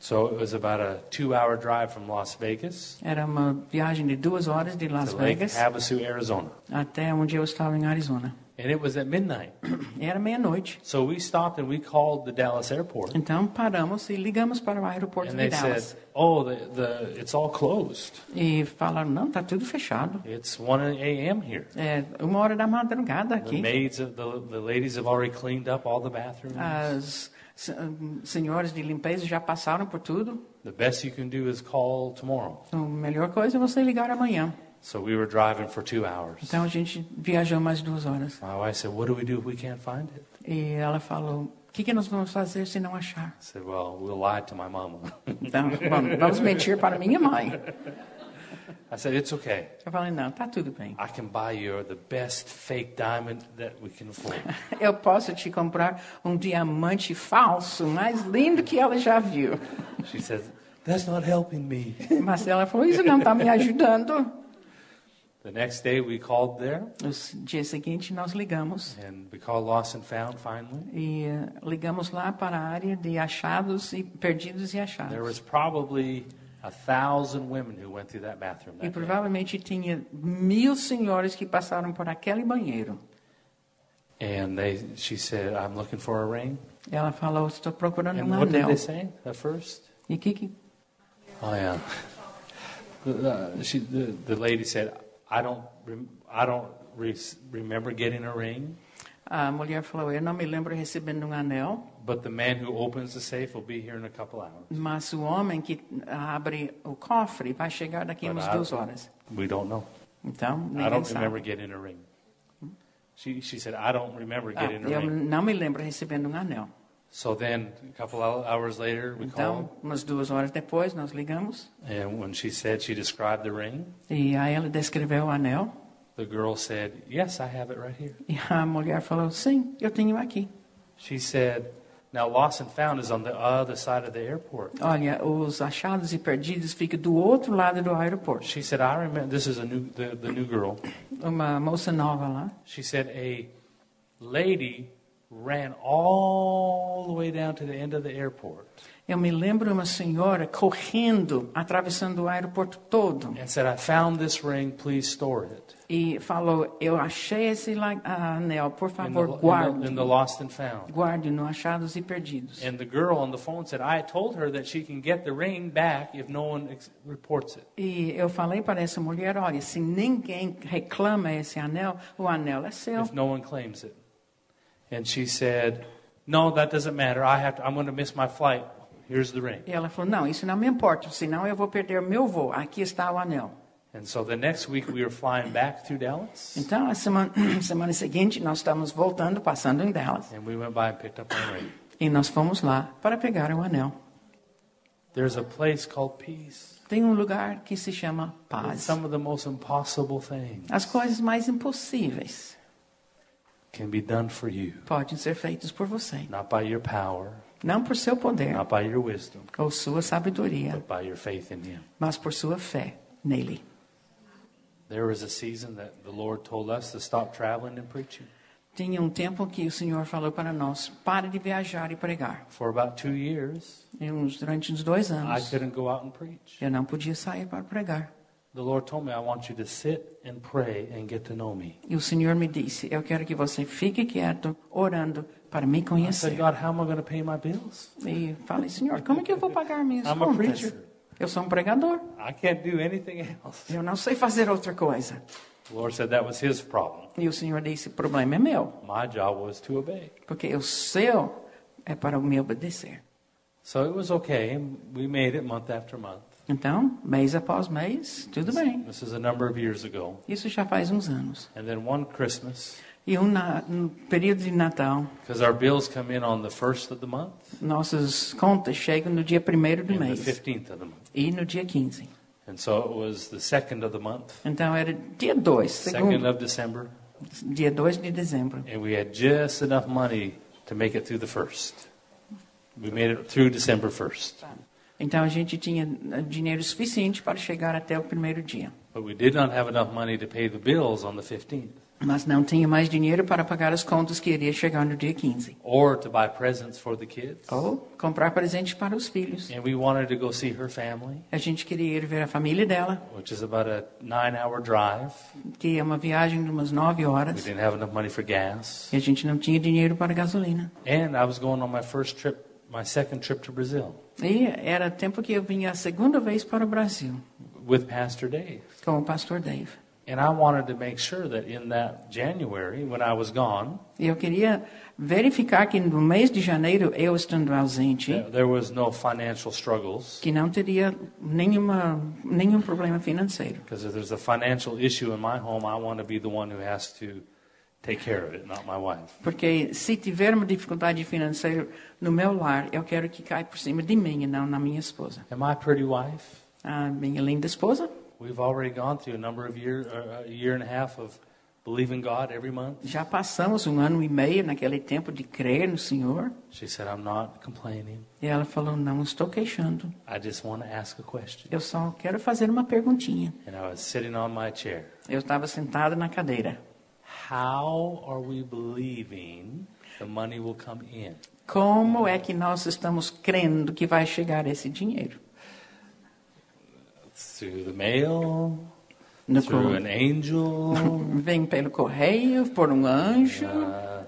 S1: So it was about a two-hour drive from Las Vegas
S2: Era uma viagem de duas horas de Las
S1: to Lake
S2: Vegas
S1: Havasu, Arizona,
S2: até onde eu estava em Arizona.
S1: and it was at midnight.
S2: Era meia-noite.
S1: So we stopped and we called the Dallas airport,
S2: Então paramos e ligamos para o aeroporto
S1: and
S2: de
S1: they
S2: Dallas.
S1: said, "Oh, the, the it's all closed.
S2: E falaram, não, tá tudo fechado.
S1: It's 1 a.m. here.
S2: É uma hora da madrugada
S1: The
S2: aqui.
S1: maids, of the, the ladies have already cleaned up all the bathrooms.
S2: As se- hum, senhoras de limpeza já passaram por tudo.
S1: the best you can do is call tomorrow."
S2: Então, a melhor coisa é você ligar amanhã.
S1: So we were driving for two hours.
S2: Então a gente viajou mais duas horas.
S1: My wife said, "What do we do if we can't find it?"
S2: E ela falou, o que, que nós vamos fazer se não achar?
S1: I said, "Well, we'll lie to my mama."
S2: Então, bom, vamos mentir para minha mãe.
S1: I said, "It's okay.
S2: Eu falei, não, tá tudo bem.
S1: I can buy you the best fake diamond that we can afford."
S2: Eu posso te comprar um diamante falso, mais lindo que ela já viu.
S1: She says, "That's not helping me."
S2: Mas ela falou, isso não está me ajudando.
S1: The next day we called there
S2: No dia seguinte, nós ligamos.
S1: and we called Lost and Found finally.
S2: E eh, ligamos lá para a área de achados e perdidos e
S1: There
S2: achados.
S1: was probably a thousand women who went through that bathroom.
S2: E
S1: That day.
S2: provavelmente tinha mil senhores que passaram por aquele banheiro.
S1: And they, she said, "I'm looking for a ring."
S2: Ela falou, estou procurando
S1: And
S2: um
S1: what did
S2: anel.
S1: they say at first?
S2: E que, que
S1: Oh yeah. The, the, she, the, the lady said, "I don't, rem- I don't re- remember getting a ring,
S2: a mulher falou, eu não me lembro recebendo um anel,
S1: but the man who opens the safe will be here in a couple hours.
S2: mas o homem que abre o cofre vai chegar daqui a umas
S1: But I-
S2: duas horas.
S1: We don't know.
S2: Então,
S1: I
S2: ninguém
S1: don't
S2: sabe.
S1: remember getting a ring." She, she said, "I don't remember
S2: Ah,
S1: getting a
S2: eu
S1: ring."
S2: não me lembro recebendo um anel.
S1: So then, a couple hou- hours later, we
S2: Então,
S1: called,
S2: umas duas horas depois, nós ligamos.
S1: and when she said she described the ring,
S2: E aí ela descreveu o anel.
S1: the girl said, "Yes, I have it right here."
S2: E a mulher falou, sim, eu tenho aqui.
S1: She said, "Now Lost and Found is on the other side of the airport."
S2: Olha, os achados e perdidos ficam do outro lado do aeroporto.
S1: She said, "I remember this is a new the, the new girl."
S2: Uma moça nova lá.
S1: She said, "A lady ran all the way down to the end of the airport
S2: Eu me lembro uma senhora correndo, atravessando o aeroporto todo.
S1: and said, "I found this ring. Please store it."
S2: E falou, eu achei esse la- ah, anel, por
S1: In the,
S2: favor,
S1: in, the,
S2: guarde.
S1: in the Lost and Found.
S2: Guarde no achados e perdidos.
S1: And the girl on the phone said, "I told her that she can get the ring back if no one ex- reports it."
S2: E eu falei para essa mulher, olha, se ninguém reclama esse anel, o anel é seu.
S1: if no one claims it. And she said, "No, that doesn't matter. I have to, I'm going to miss my flight. Here's the ring."
S2: E ela falou, não, isso não me importa, senão eu vou perder meu voo. Aqui está o anel.
S1: And so the next week we were flying back through Dallas,
S2: Então, a semana, semana seguinte, nós estamos voltando, passando em Dallas.
S1: and we went by and picked up our ring.
S2: E nós fomos lá para pegar o anel.
S1: There's a place called peace.
S2: Tem um lugar que se chama
S1: It's
S2: paz.
S1: some of the most impossible things
S2: As coisas mais impossíveis
S1: can be done for you,
S2: podem ser feitas por você.
S1: not by your power,
S2: Não por seu poder
S1: not by your wisdom,
S2: ou sua sabedoria,
S1: but by your faith in Him.
S2: mas por sua fé nele.
S1: There was a season that the Lord told us to stop traveling and preaching.
S2: Tinha um tempo que o Senhor falou para nós, pare de viajar e pregar.
S1: For about two years,
S2: E uns, durante uns dois
S1: I
S2: anos,
S1: couldn't go out and preach.
S2: eu não podia sair para pregar.
S1: the Lord told me, I want you to sit and pray and get to know me.
S2: E o Senhor me disse: Eu quero que você fique quieto, orando, para me
S1: I said,
S2: conhecer.
S1: God, how am I going to pay my bills?
S2: E falei: Senhor, como é que eu vou pagar minhas
S1: I'm a
S2: contas?
S1: preacher.
S2: Eu sou um pregador.
S1: I can't do anything else.
S2: Eu não sei fazer outra coisa.
S1: The Lord said that was his problem.
S2: E o Senhor disse: O problema é meu,
S1: My job was to obey.
S2: porque o seu é para me obedecer.
S1: So it was okay. We made it month after month.
S2: Então, mês após mês, tudo bem.
S1: This is a number of years ago.
S2: Isso já faz uns anos.
S1: And then one Christmas,
S2: E um na, no período de Natal,
S1: because our bills come in on the first of the month
S2: nossas contas chegam no dia 1 do
S1: and the
S2: mês
S1: 15th of the month.
S2: e no dia 15.
S1: And so it was the second of the month,
S2: Então era dia 2,
S1: second
S2: segundo,
S1: of December,
S2: dia 2 de dezembro.
S1: and we had just enough money to make it through the first. We made it through December 1st.
S2: Então a gente tinha eh, dinheiro suficiente para chegar até o primeiro dia.
S1: But we did not have enough money to pay the bills on the 15th
S2: Mas não tinha mais dinheiro para pagar as contas que iria chegar no dia 15.
S1: or to buy presents for the kids.
S2: Ou comprar presentes para os filhos.
S1: And we wanted to go see her family,
S2: A gente queria ir ver a família dela,
S1: which is about a nine hour drive.
S2: que é uma viagem de umas 9
S1: We
S2: horas.
S1: didn't have enough money for gas.
S2: E a gente não tinha dinheiro para gasolina.
S1: And I was going on my first trip, my second trip to Brazil
S2: E era tempo que eu vinha a segunda vez para o Brasil,
S1: with Pastor Dave.
S2: com o pastor Dave.
S1: And I wanted to make sure that in that January, when I was gone,
S2: E eu queria verificar que no mês de janeiro, eu estando ausente,
S1: that there was no financial struggles.
S2: que não teria nenhuma, nenhum problema financeiro.
S1: Because if there's a financial issue in my home, I want to be the one who has to take care of it, not my wife.
S2: Porque se tiver uma dificuldade financeira no meu lar, eu quero que caia por cima de mim e não na minha esposa.
S1: And my pretty wife,
S2: A minha linda esposa
S1: we've already gone through a number of years, a year and a half of believing God every month.
S2: Já passamos um ano e meio naquele tempo de crer no Senhor.
S1: She said, I'm not complaining.
S2: E ela falou: Não estou queixando.
S1: I just want to ask a question.
S2: Eu só quero fazer uma perguntinha.
S1: And I was sitting on my chair.
S2: Eu estava sentada na cadeira.
S1: How are we believing the money will come in?
S2: Como é que nós estamos crendo que vai chegar esse dinheiro?
S1: Through the mail,
S2: No
S1: through
S2: cor-
S1: an angel.
S2: Vem pelo correio, por um anjo.
S1: uh,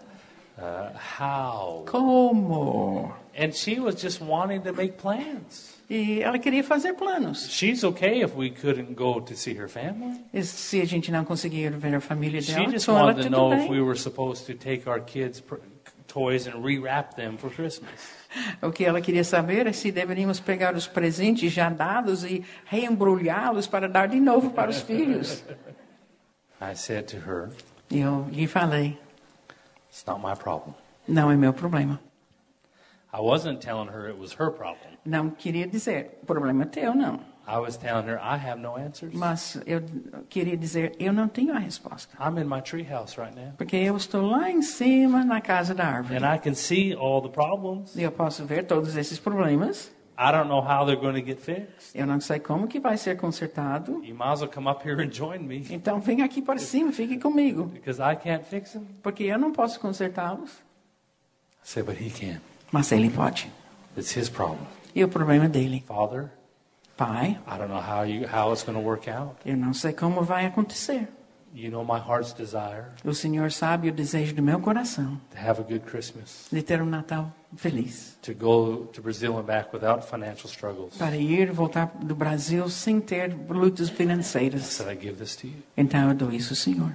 S1: uh, how?
S2: Como?
S1: And she was just wanting to make plans.
S2: E ela queria fazer planos.
S1: She's okay if we couldn't go to see her family.
S2: E se a gente não conseguir ver a família
S1: She
S2: dela,
S1: just
S2: com ela
S1: wanted to
S2: tudo
S1: know if
S2: bem.
S1: we were supposed to take our kids' pr- toys and rewrap them for Christmas.
S2: O que ela queria saber é se deveríamos pegar os presentes já dados e reembrulhá-los para dar de novo para os filhos.
S1: I said to her,
S2: E eu lhe falei,
S1: It's not my problem.
S2: não é meu problema.
S1: I wasn't telling her it was her problem.
S2: Não queria dizer, problema teu, não.
S1: I was telling her I have no answers.
S2: Mas eu queria dizer, eu não tenho a resposta.
S1: I'm in my treehouse right now.
S2: Porque eu estou lá em cima, na casa da
S1: And
S2: árvore.
S1: I can see all the problems.
S2: E eu posso ver todos esses problemas.
S1: I don't know how they're going to get fixed.
S2: Eu não sei como que vai ser consertado.
S1: You might as well come up here and join me
S2: Então vem aqui para cima, fique comigo.
S1: because I can't fix them.
S2: Porque eu não posso consertá-los.
S1: I said, But he can.
S2: Mas ele pode.
S1: It's his problem.
S2: E o problema é dele.
S1: Father,
S2: Pai,
S1: I don't know how, you, how it's going to work out.
S2: eu não sei como vai acontecer.
S1: You know my heart's desire
S2: O Senhor sabe o desejo do meu coração
S1: to have a good Christmas,
S2: de ter um Natal feliz.
S1: to go to Brazil and back without financial struggles.
S2: Para ir e voltar do Brasil sem ter lutas
S1: I
S2: financeiras.
S1: said, I give this to you.
S2: Então eu dou isso ao Senhor.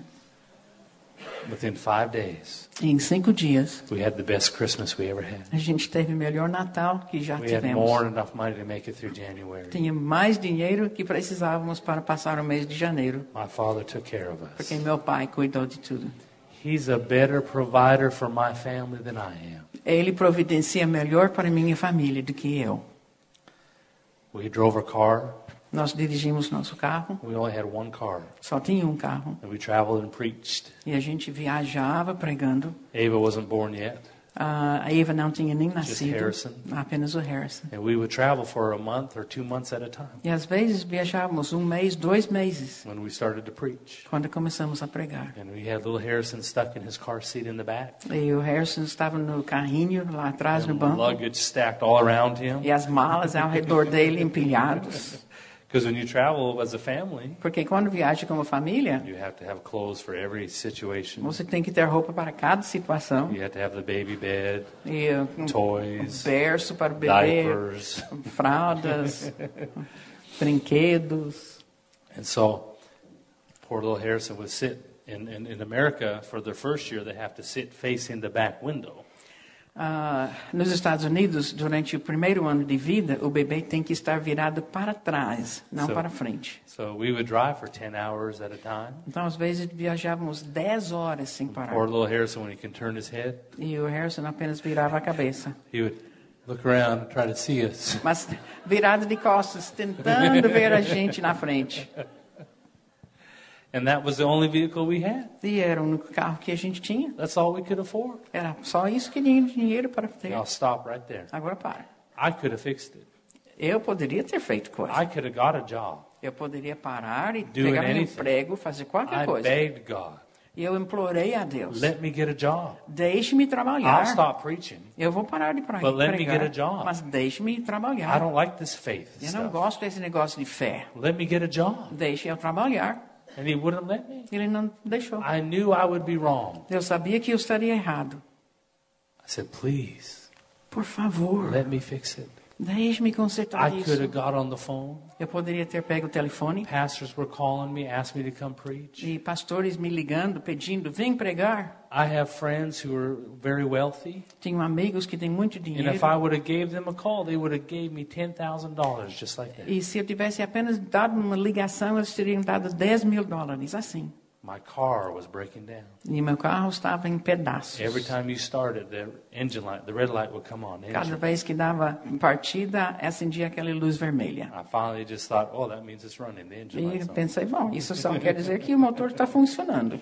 S1: Within five days,
S2: E em cinco dias,
S1: we had the best Christmas we ever had.
S2: a gente teve o melhor Natal que já
S1: We had
S2: tivemos.
S1: more than enough money to make it through January.
S2: Tinha mais dinheiro que precisávamos para passar o mês de janeiro.
S1: My father took care of us.
S2: Porque meu pai cuidou de tudo.
S1: He's a better provider for my family than I am.
S2: Ele providencia melhor para minha família do que eu.
S1: We drove a car.
S2: Nós dirigimos nosso carro,
S1: We only had one car.
S2: só tinha um carro,
S1: And we traveled and preached.
S2: e a gente viajava pregando.
S1: Ava wasn't born yet.
S2: Ah, a Eva não tinha nem nascido,
S1: Harrison.
S2: apenas o Harrison.
S1: And we would travel for a month or two months at a time
S2: E às vezes viajávamos um mês, dois meses,
S1: when we started to preach.
S2: quando começamos a pregar.
S1: And we had little Harrison stuck in his car seat in the back.
S2: E o Harrison estava no carrinho lá atrás no
S1: And
S2: banco,
S1: luggage stacked all around him.
S2: e as malas ao redor dele empilhados.
S1: Because when you travel as a family,
S2: Porque quando viaja como família,
S1: you have to have clothes for every situation.
S2: você tem que ter roupa para cada situação.
S1: You have to have the baby bed,
S2: E um
S1: toys,
S2: berço para o bebê,
S1: diapers.
S2: fraldas, brinquedos.
S1: And so poor little Harrison would sit. In, in, in America, for their first year, they have to sit facing the back window.
S2: Ah, nos Estados Unidos, durante o primeiro ano de vida, o bebê tem que estar virado para trás, não
S1: Sim.
S2: para frente.
S1: So we would drive for 10 hours at a time.
S2: Então, às vezes, viajávamos 10 horas sem parar.
S1: Poor little Harrison, when he can turn his head,
S2: E o Harrison apenas virava a cabeça.
S1: he would look around and try to see us.
S2: Mas virado de costas, tentando ver a gente na frente.
S1: And that was the only vehicle we had.
S2: E era o único carro que a gente tinha.
S1: That's all we could afford.
S2: Era só isso que tinha de dinheiro para ter.
S1: Now stop right there.
S2: Agora para.
S1: I could have fixed it.
S2: Eu poderia ter feito coisa.
S1: I could have got a job.
S2: Eu poderia parar e
S1: Doing
S2: pegar meu
S1: anything.
S2: emprego, fazer qualquer
S1: I
S2: coisa.
S1: begged God,
S2: E eu implorei a Deus.
S1: let me get a job.
S2: Deixe-me
S1: I'll
S2: trabalhar.
S1: Ah, stop preaching.
S2: Eu vou parar de pra-
S1: But let me
S2: pregar,
S1: get a job.
S2: mas deixe-me
S1: I
S2: trabalhar.
S1: don't like this faith
S2: Eu não
S1: stuff.
S2: gosto desse negócio de fé.
S1: Let me get a job.
S2: Deixe eu trabalhar.
S1: And he wouldn't let me.
S2: Ele não deixou.
S1: I knew I would be wrong.
S2: Eu sabia que eu estaria errado.
S1: I said, please,
S2: Por favor,
S1: let me fix it.
S2: deixe-me consertar
S1: I could
S2: isso.
S1: have got on the phone.
S2: Eu poderia ter pego o telefone
S1: Pastors were calling me, asked me to come preach.
S2: e pastores me ligando, pedindo, vem pregar.
S1: I have friends who are very wealthy,
S2: Tenho amigos que têm muito
S1: and
S2: dinheiro.
S1: if I would have gave them a call, they would have gave me ten thousand dollars just like that.
S2: E se eu tivesse apenas dado uma ligação, eles teriam dado 10 mil dólares, assim.
S1: My car was breaking down.
S2: E meu carro estava em pedaços.
S1: Every time you started, the engine light, the red light would come on.
S2: Cada
S1: Engine.
S2: vez que dava partida, acendia aquela luz vermelha.
S1: I finally just thought, oh, that means it's running. The
S2: E
S1: engine
S2: eu
S1: light's on.
S2: pensei, bom, isso só quer dizer que o motor está funcionando.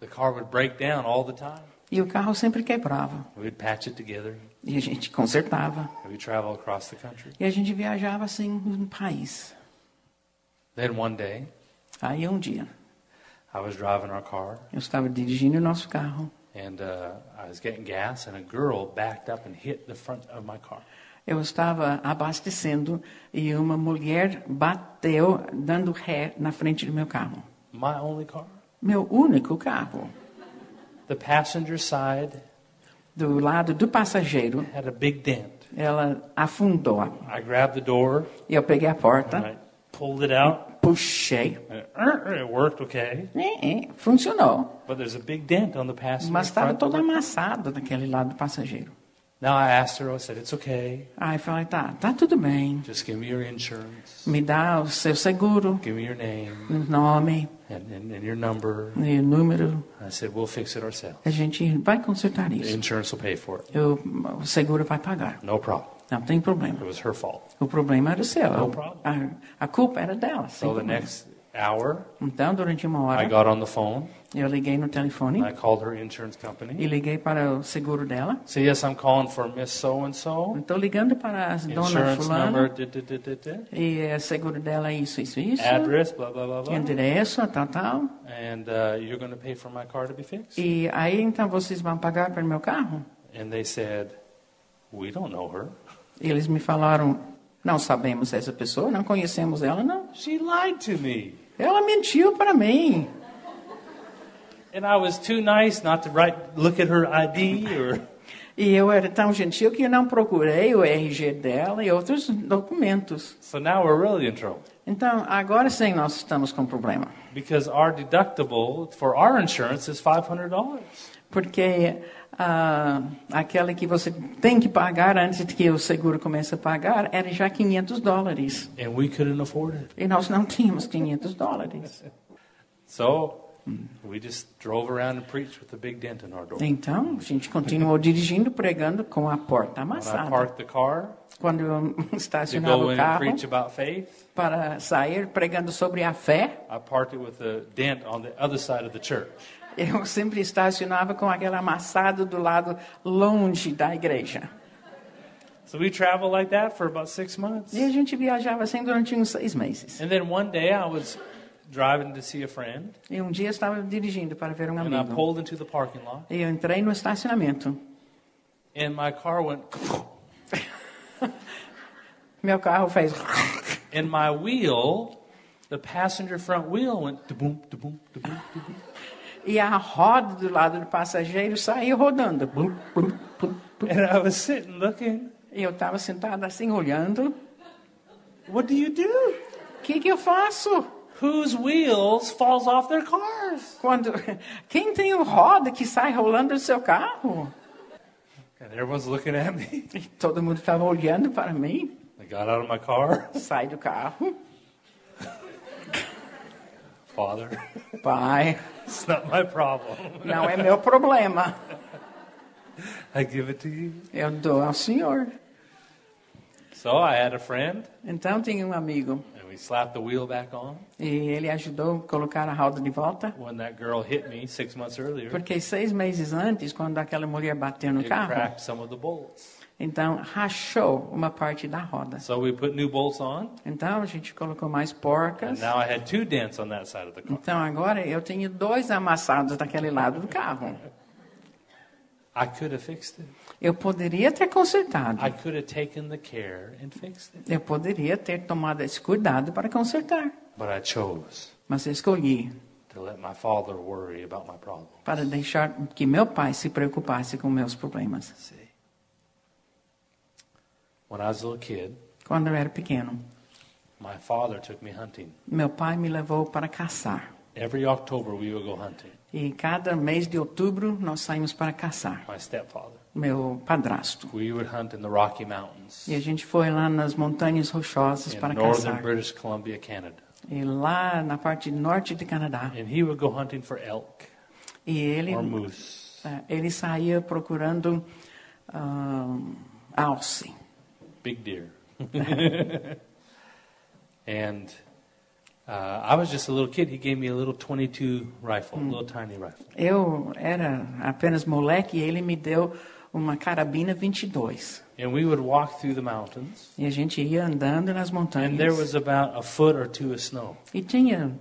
S1: The car would break down all the time.
S2: E o carro sempre quebrava.
S1: We'd patch it together,
S2: E a gente consertava.
S1: and we'd travel across the country.
S2: E a gente viajava assim no país.
S1: Then one day,
S2: Aí um dia,
S1: I was driving our car,
S2: eu estava dirigindo o nosso carro.
S1: and uh, I was getting gas, and a girl backed up and hit the front of my car.
S2: Eu estava abastecendo e uma mulher bateu, dando ré na frente do meu carro.
S1: My only car.
S2: Meu único carro.
S1: The passenger side
S2: Do lado do passageiro,
S1: had a big dent.
S2: ela afundou.
S1: I grabbed the door
S2: E eu peguei a
S1: and
S2: porta,
S1: I pulled it out.
S2: puxei.
S1: And it, "Er, er," it worked okay,
S2: É, é, funcionou,
S1: but there's a big dent on the passenger.
S2: mas estava
S1: front
S2: todo
S1: door.
S2: amassado daquele lado do passageiro.
S1: Now I asked her. I said, "It's okay.
S2: Aí eu falei, tá, tá tudo bem.
S1: Just give me your insurance.
S2: Me dá o seu seguro,
S1: Give me your name
S2: o nome
S1: and, and, and your number."
S2: e o né, número.
S1: I said, "We'll fix it ourselves.
S2: A gente vai consertar
S1: The
S2: isso.
S1: insurance will pay for it.
S2: Eu, o seguro vai pagar.
S1: No problem.
S2: Não tem
S1: It
S2: problema.
S1: was her fault."
S2: O problema era seu.
S1: No problem. né?
S2: A, a culpa era dela. sem
S1: So the
S2: problema.
S1: next hour,
S2: Então, durante uma
S1: I
S2: hora,
S1: got on the phone
S2: eu liguei no telefone
S1: and I called her insurance
S2: e
S1: company.
S2: liguei para o seguro dela.
S1: So yes, I'm calling for Miss So and So.
S2: Estou ligando para a dona
S1: Insurance number.
S2: fulana
S1: da- da- da- da- da.
S2: e é, seguro dela é isso, isso, isso.
S1: address, blah, blah, blah, blah.
S2: Endereço, tal, tal.
S1: And uh, you're going to pay for my car to be fixed.
S2: E aí, então, vocês vão pagar pelo meu carro?
S1: And they said, We don't know her.
S2: Eles me falaram, não sabemos essa pessoa, não conhecemos ela, não.
S1: She lied to me.
S2: Ela mentiu para mim.
S1: And I was too nice not to write, look at her ID or.
S2: E eu era tão gentil que eu não procurei o RG dela e outros documentos.
S1: So now we're really in trouble
S2: Então, agora sim nós estamos com problema.
S1: because our deductible for our insurance is $500.
S2: Porque ah, aquela que você tem que pagar antes de que o seguro comece a pagar era já 500 dólares.
S1: And we couldn't afford it.
S2: E nós não tínhamos 500 dólares.
S1: So we just drove around and preached with a big dent in our door.
S2: Então, a gente continuou dirigindo, pregando com a porta
S1: When I
S2: amassada.
S1: parked the car
S2: Quando eu
S1: to
S2: estacionava
S1: go
S2: o
S1: in and
S2: carro
S1: preach about faith,
S2: para sair pregando sobre a fé,
S1: I parked it with a dent on the other side of the church.
S2: eu sempre estacionava com aquele amassado do lado longe da igreja.
S1: So we traveled like that for about six months.
S2: E a gente viajava assim durante uns seis meses.
S1: And then one day I was driving to see a friend,
S2: E um dia eu estava dirigindo para ver um
S1: and I
S2: amigo.
S1: pulled into the parking lot,
S2: E eu entrei no estacionamento.
S1: and my car went,
S2: Meu carro fez
S1: and my wheel, the passenger front wheel went da-boom, da-boom, da-boom, da-boom.
S2: E a roda do lado do passageiro saiu rodando. Blum, blum, blum, blum.
S1: And I was sitting looking,
S2: E eu estava sentada assim, olhando.
S1: what do you do?
S2: O que, que eu faço?
S1: Whose wheels falls off their cars?
S2: Quando... Quem tem o roda que sai rolando do seu carro?
S1: And everyone's looking at me.
S2: E todo mundo estava olhando para mim.
S1: I got out of my car.
S2: Sai do carro.
S1: Father,
S2: Pai,
S1: it's not my problem.
S2: não é meu problema.
S1: I give it to you.
S2: Eu dou ao senhor.
S1: So I had a friend,
S2: Então tinha um amigo.
S1: and we slapped the wheel back on.
S2: E ele ajudou a colocar a roda de volta.
S1: When that girl hit me six months earlier,
S2: Porque seis meses antes, quando aquela mulher bateu no
S1: it
S2: carro,
S1: cracked some of the bolts.
S2: então rachou uma parte da roda.
S1: So we put new bolts on,
S2: Então a gente colocou mais
S1: and
S2: porcas.
S1: now I had two dents on that side of the car.
S2: Então agora eu tenho dois amassados daquele lado do carro.
S1: I could have fixed it.
S2: Eu poderia ter consertado.
S1: I could have taken the care and fixed it.
S2: Eu poderia ter tomado esse cuidado para consertar.
S1: But I chose
S2: Mas eu escolhi
S1: to let my father worry about my problem.
S2: para deixar que meu pai se preocupasse com meus problemas.
S1: See? When I was a little kid,
S2: Quando eu era pequeno,
S1: my father took me hunting.
S2: meu pai me levou para caçar.
S1: Every October, we would go hunting.
S2: E cada mês de outubro nós saímos para caçar.
S1: My stepfather.
S2: Meu padrasto.
S1: We would hunt in the Rocky Mountains
S2: E a gente foi lá nas montanhas rochosas
S1: in
S2: para
S1: northern
S2: caçar.
S1: British Columbia, Canada.
S2: E lá na parte norte de Canadá.
S1: And he would go hunting for elk
S2: E ele,
S1: or moose.
S2: eh, ele saía procurando ah, alce.
S1: big deer. and uh, I was just a little kid. He gave me a little 22 rifle, a little tiny rifle.
S2: Eu era apenas moleque e ele me deu uma carabina 22.
S1: And we would walk through the mountains,
S2: E a gente ia andando nas
S1: and there
S2: montanhas.
S1: was about a foot or two of snow.
S2: E tinha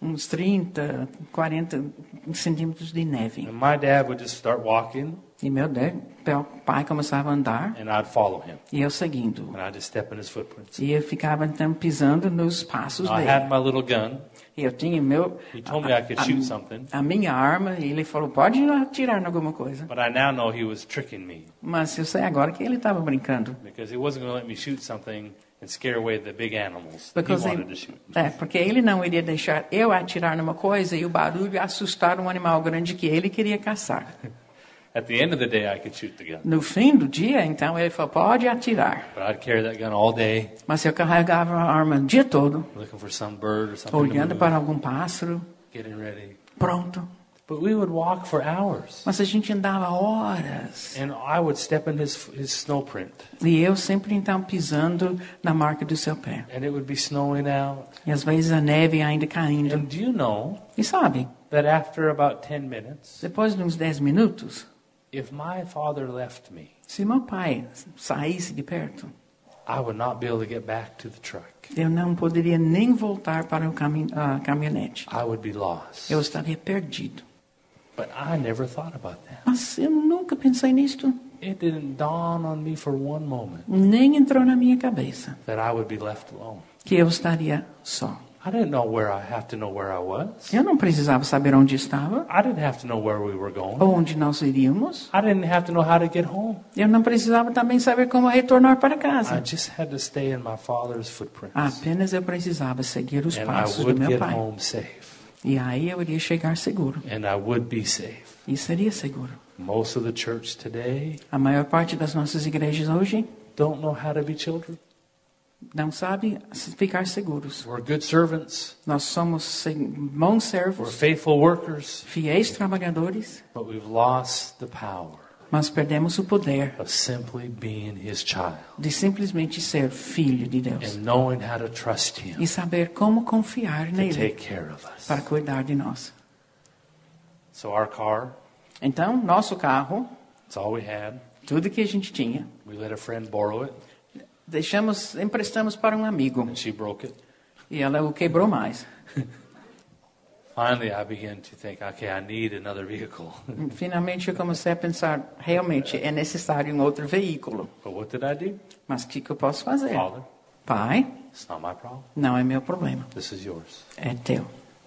S2: uns 30, 40 centímetros de neve.
S1: And my dad would just start walking,
S2: E meu de- meu pai começava a andar
S1: and I'd follow him,
S2: e eu seguindo.
S1: and I'd just step in his footprints.
S2: E eu ficava então pisando nos passos
S1: I
S2: dele.
S1: had my little gun.
S2: E eu tinha meu
S1: He told me I could shoot something,
S2: a minha arma e ele falou pode ir atirar em alguma coisa.
S1: but I now know he was tricking me
S2: Mas eu sei agora que ele estava brincando.
S1: because he wasn't going to let me shoot something and scare away the big animals that he
S2: Because
S1: wanted
S2: they-
S1: to shoot.
S2: É, porque ele não iria deixar eu atirar numa coisa e o barulho assustar um animal grande que ele queria caçar.
S1: At the end of the day, I could shoot the gun,
S2: No fim do dia, então, ele falou, pode atirar.
S1: but I'd carry that gun all day.
S2: Mas eu carregava a arma o dia todo,
S1: looking for some bird or something. to
S2: olhando
S1: move,
S2: para algum pássaro,
S1: Getting ready.
S2: pronto.
S1: But we would walk for hours,
S2: Mas a gente andava horas.
S1: and I would step in his his snow print,
S2: E eu sempre, então, pisando na marca do seu pé.
S1: and it would be snowing out.
S2: E às vezes a neve ainda caindo.
S1: And do you know
S2: E sabe,
S1: that after about ten minutes,
S2: depois de uns 10 minutos,
S1: if my father left me,
S2: se meu pai saísse de perto,
S1: I would not be able to get back to the truck.
S2: eu não poderia nem voltar para o cami a caminhonete.
S1: I would be lost.
S2: Eu estaria perdido.
S1: But I never thought about that.
S2: Mas eu nunca pensei nisto.
S1: It didn't dawn on me for one moment
S2: Nem entrou na minha cabeça
S1: that I would be left alone.
S2: que eu estaria só.
S1: I didn't know where I have to know where I was.
S2: Eu não precisava saber onde estava,
S1: I didn't have to know where we were going.
S2: ou onde nós iríamos.
S1: I didn't have to know how to get home.
S2: Eu não precisava também saber como retornar para
S1: I
S2: casa.
S1: just had to stay in my father's footprints.
S2: Apenas eu precisava seguir os
S1: and I
S2: passos do
S1: would
S2: meu
S1: get
S2: pai.
S1: home safe.
S2: E aí eu iria chegar seguro.
S1: And I would be safe.
S2: E seria seguro.
S1: Most of the church today
S2: A maior parte das nossas igrejas hoje
S1: don't know how to be children.
S2: não sabe se ficar seguros.
S1: We're good servants,
S2: Nós somos se- bons
S1: we're
S2: servos,
S1: faithful workers,
S2: fiéis trabalhadores,
S1: but we've lost the power
S2: mas perdemos o poder
S1: of simply being his child
S2: de simplesmente ser filho de Deus
S1: and knowing how to trust him
S2: e saber como confiar
S1: to
S2: nele
S1: take care of us.
S2: para cuidar de nós.
S1: So our car,
S2: Então, nosso carro,
S1: it's all we had.
S2: tudo que a gente tinha,
S1: We let a friend borrow it,
S2: deixamos, emprestamos para um amigo
S1: and she broke it.
S2: e ela o quebrou mais.
S1: Finally, I began to think, okay, I need another vehicle.
S2: Finalmente eu comecei a pensar, realmente é necessário um outro veículo.
S1: but what did I do?
S2: Mas o que, que eu posso fazer?
S1: Father,
S2: Pai,
S1: It's not my problem.
S2: Não é meu problema,
S1: This is yours.
S2: é teu.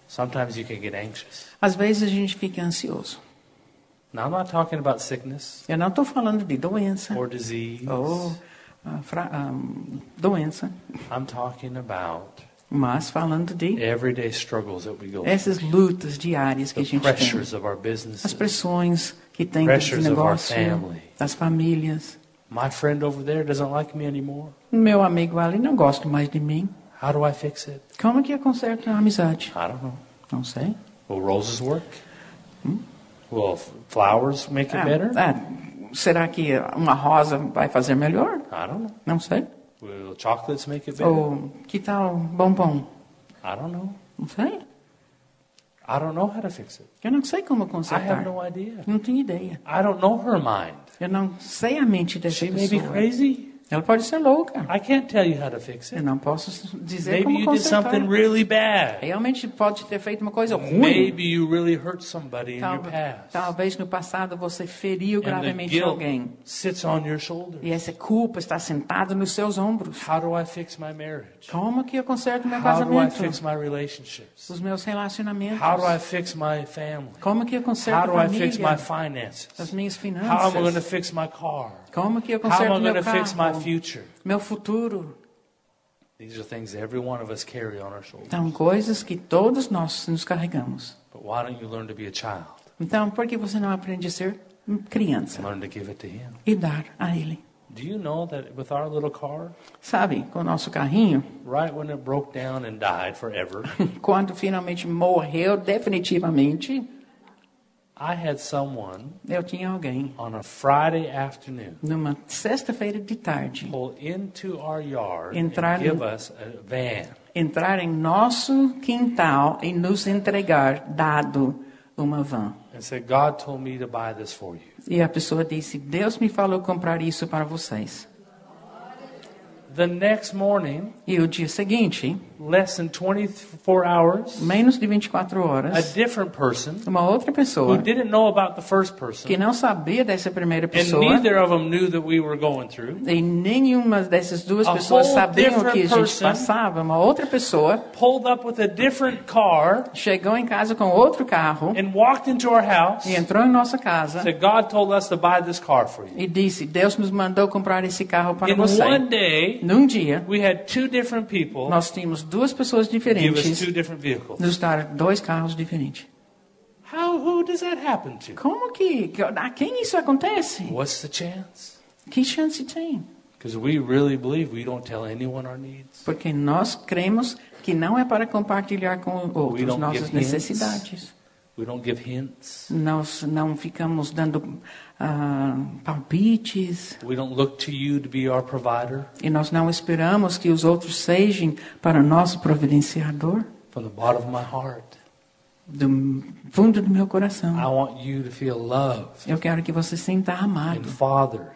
S1: Sometimes you can get anxious.
S2: Às vezes a gente fica ansioso.
S1: Now, I'm not talking about sickness
S2: Eu não estou falando de doença
S1: or disease.
S2: ou ah, fra- ah, doença,
S1: I'm talking about
S2: mas falando de
S1: everyday struggles that we go through.
S2: essas lutas diárias que a
S1: É, The
S2: gente tem.
S1: pressures of our
S2: As
S1: business.
S2: pressões que tem do
S1: Pressures of our
S2: negócio,
S1: family.
S2: das famílias.
S1: My friend over there doesn't like me anymore.
S2: Meu amigo ali não gosta mais de mim.
S1: How do I fix it?
S2: Como que eu conserto a amizade?
S1: I don't know. Hmm?
S2: Não sei.
S1: Will roses work? Will f- flowers make it
S2: Ah,
S1: é better?
S2: ah, será que uma rosa vai fazer melhor?
S1: I don't know.
S2: Não sei.
S1: Will chocolates make it better?
S2: Ou que tal bombom?
S1: I don't know.
S2: Não sei.
S1: I don't know how to fix it.
S2: Eu não sei como
S1: I
S2: consertar.
S1: have no idea.
S2: Não tenho ideia.
S1: I don't know her mind.
S2: Eu não sei a mente dessa
S1: She may be
S2: pessoa.
S1: crazy.
S2: Ela pode ser louca.
S1: I can't tell you how to fix
S2: Eu
S1: it.
S2: não posso dizer
S1: Maybe
S2: como
S1: you did
S2: consertar.
S1: something really bad.
S2: Realmente pode ter feito uma coisa ruim.
S1: Maybe you really hurt somebody in your
S2: Tal-
S1: past.
S2: talvez no passado você feriu
S1: And the
S2: gravemente
S1: guilt
S2: alguém.
S1: sits on your shoulders.
S2: E essa culpa está sentada nos seus ombros.
S1: How do I fix my marriage?
S2: Como que eu conserto meu
S1: How do I
S2: casamento?
S1: fix my relationships?
S2: Os meus relacionamentos.
S1: How do I fix my family?
S2: Como que eu
S1: How
S2: conserto
S1: do
S2: a
S1: I fix my
S2: família? As
S1: finances?
S2: minhas
S1: How am I going to
S2: finanças.
S1: fix my car?
S2: Como que eu
S1: How am I
S2: conserto
S1: going
S2: meu
S1: to fix my
S2: carro?
S1: future?
S2: Meu futuro.
S1: These are things every one of us carry on our shoulders.
S2: São Então, coisas que todos nós nos carregamos.
S1: But why don't you learn to be a child?
S2: Então, por que você não aprende a ser criança
S1: Learn to give it to Him.
S2: e dar a ele?
S1: Do you know that with our little car,
S2: Sabe, com o nosso carrinho,
S1: right when it broke down and died forever,
S2: quando finalmente morreu definitivamente,
S1: I had someone
S2: eu tinha alguém
S1: on a Friday afternoon
S2: numa sexta-feira de tarde
S1: pull into our yard
S2: Entrar
S1: and
S2: no-
S1: give us a van.
S2: entrar em nosso quintal e nos entregar dado uma van.
S1: and said, God told me to buy this for you.
S2: E a pessoa disse: Deus me falou comprar isso para vocês.
S1: The next morning,
S2: E o dia seguinte,
S1: less than 24 hours,
S2: menos de 24
S1: a
S2: horas,
S1: different person
S2: uma outra
S1: who
S2: pessoa
S1: didn't know about the first
S2: que
S1: person,
S2: não sabia dessa primeira
S1: and
S2: pessoa
S1: É neither of them knew that we were going through,
S2: e nenhuma dessas duas
S1: A
S2: pessoas
S1: whole
S2: sabiam o que a
S1: different
S2: gente
S1: person.
S2: passava, uma outra pessoa
S1: pulled up with a different car
S2: chegou em casa com outro carro
S1: and walked into our house.
S2: e entrou em nossa casa
S1: Said, God told us to buy this car for you.
S2: e disse: Deus nos mandou comprar esse carro para
S1: In
S2: você.
S1: one day,
S2: Num dia,
S1: we had two different people
S2: nós tínhamos duas pessoas
S1: give us
S2: diferentes
S1: two different vehicles.
S2: nos dar dois carros diferentes.
S1: How? Who does that happen to?
S2: Como que, que- a quem isso acontece?
S1: What's the chance?
S2: Que chance tem?
S1: Because we really believe we don't tell anyone our needs.
S2: Porque nós cremos que não é para compartilhar com
S1: We
S2: outros
S1: don't
S2: nossas
S1: give hints.
S2: necessidades.
S1: We don't give hints.
S2: Nós não ficamos dando ah, palpites
S1: We don't look to you to be our provider.
S2: e nós não esperamos que os outros sejam para o nosso providenciador
S1: From the bottom of my heart,
S2: do fundo do meu coração.
S1: I want you to feel loved
S2: Eu quero que você sinta
S1: and
S2: amado
S1: fathered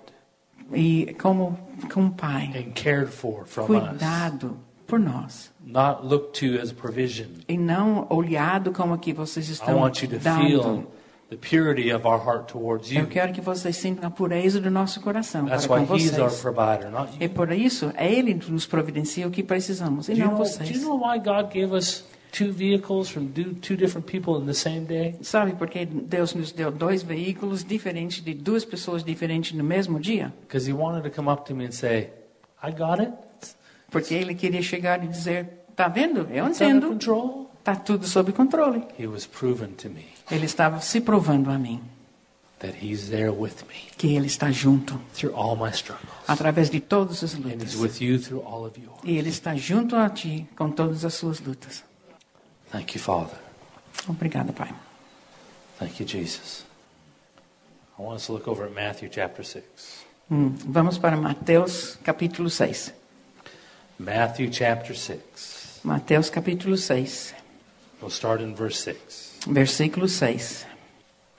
S2: e como, como pai,
S1: and cared for from us.
S2: cuidado por nós.
S1: Not looked to as provision.
S2: e não olhado como que vocês
S1: I
S2: estão
S1: want you to
S2: dando.
S1: feel the purity of our heart towards
S2: Eu
S1: you.
S2: quero que vocês sintam a pureza do nosso coração
S1: That's
S2: para
S1: why
S2: com
S1: He's our
S2: vocês.
S1: provider, not
S2: E
S1: you.
S2: por isso, é Ele que nos providencia o que precisamos,
S1: Do
S2: e
S1: you,
S2: não
S1: know, do
S2: vocês.
S1: you know why God gave us two vehicles from do- two different people in the same day?
S2: Sabe por que Deus nos deu dois veículos diferentes de duas pessoas diferentes no mesmo dia?
S1: Because He wanted to come up to me and say, I got it. It's
S2: Porque Ele queria chegar e dizer, tá vendo? Eu
S1: under
S2: entendo,
S1: control.
S2: tá tudo sob controle.
S1: He was proven to me.
S2: Ele estava se provando a mim
S1: that He's there with me
S2: que Ele está junto
S1: through all my struggles.
S2: através de todas as
S1: And
S2: lutas.
S1: He's with you through all of yours.
S2: E Ele está junto a ti com todas as suas lutas.
S1: Thank you, Father.
S2: Obrigada, Pai.
S1: Thank you, Jesus. I want us to look over at Matthew chapter 6.
S2: Hum, vamos para Mateus capítulo 6.
S1: Matthew chapter 6.
S2: Mateus capítulo 6,
S1: We'll start in verse 6.
S2: versículo 6.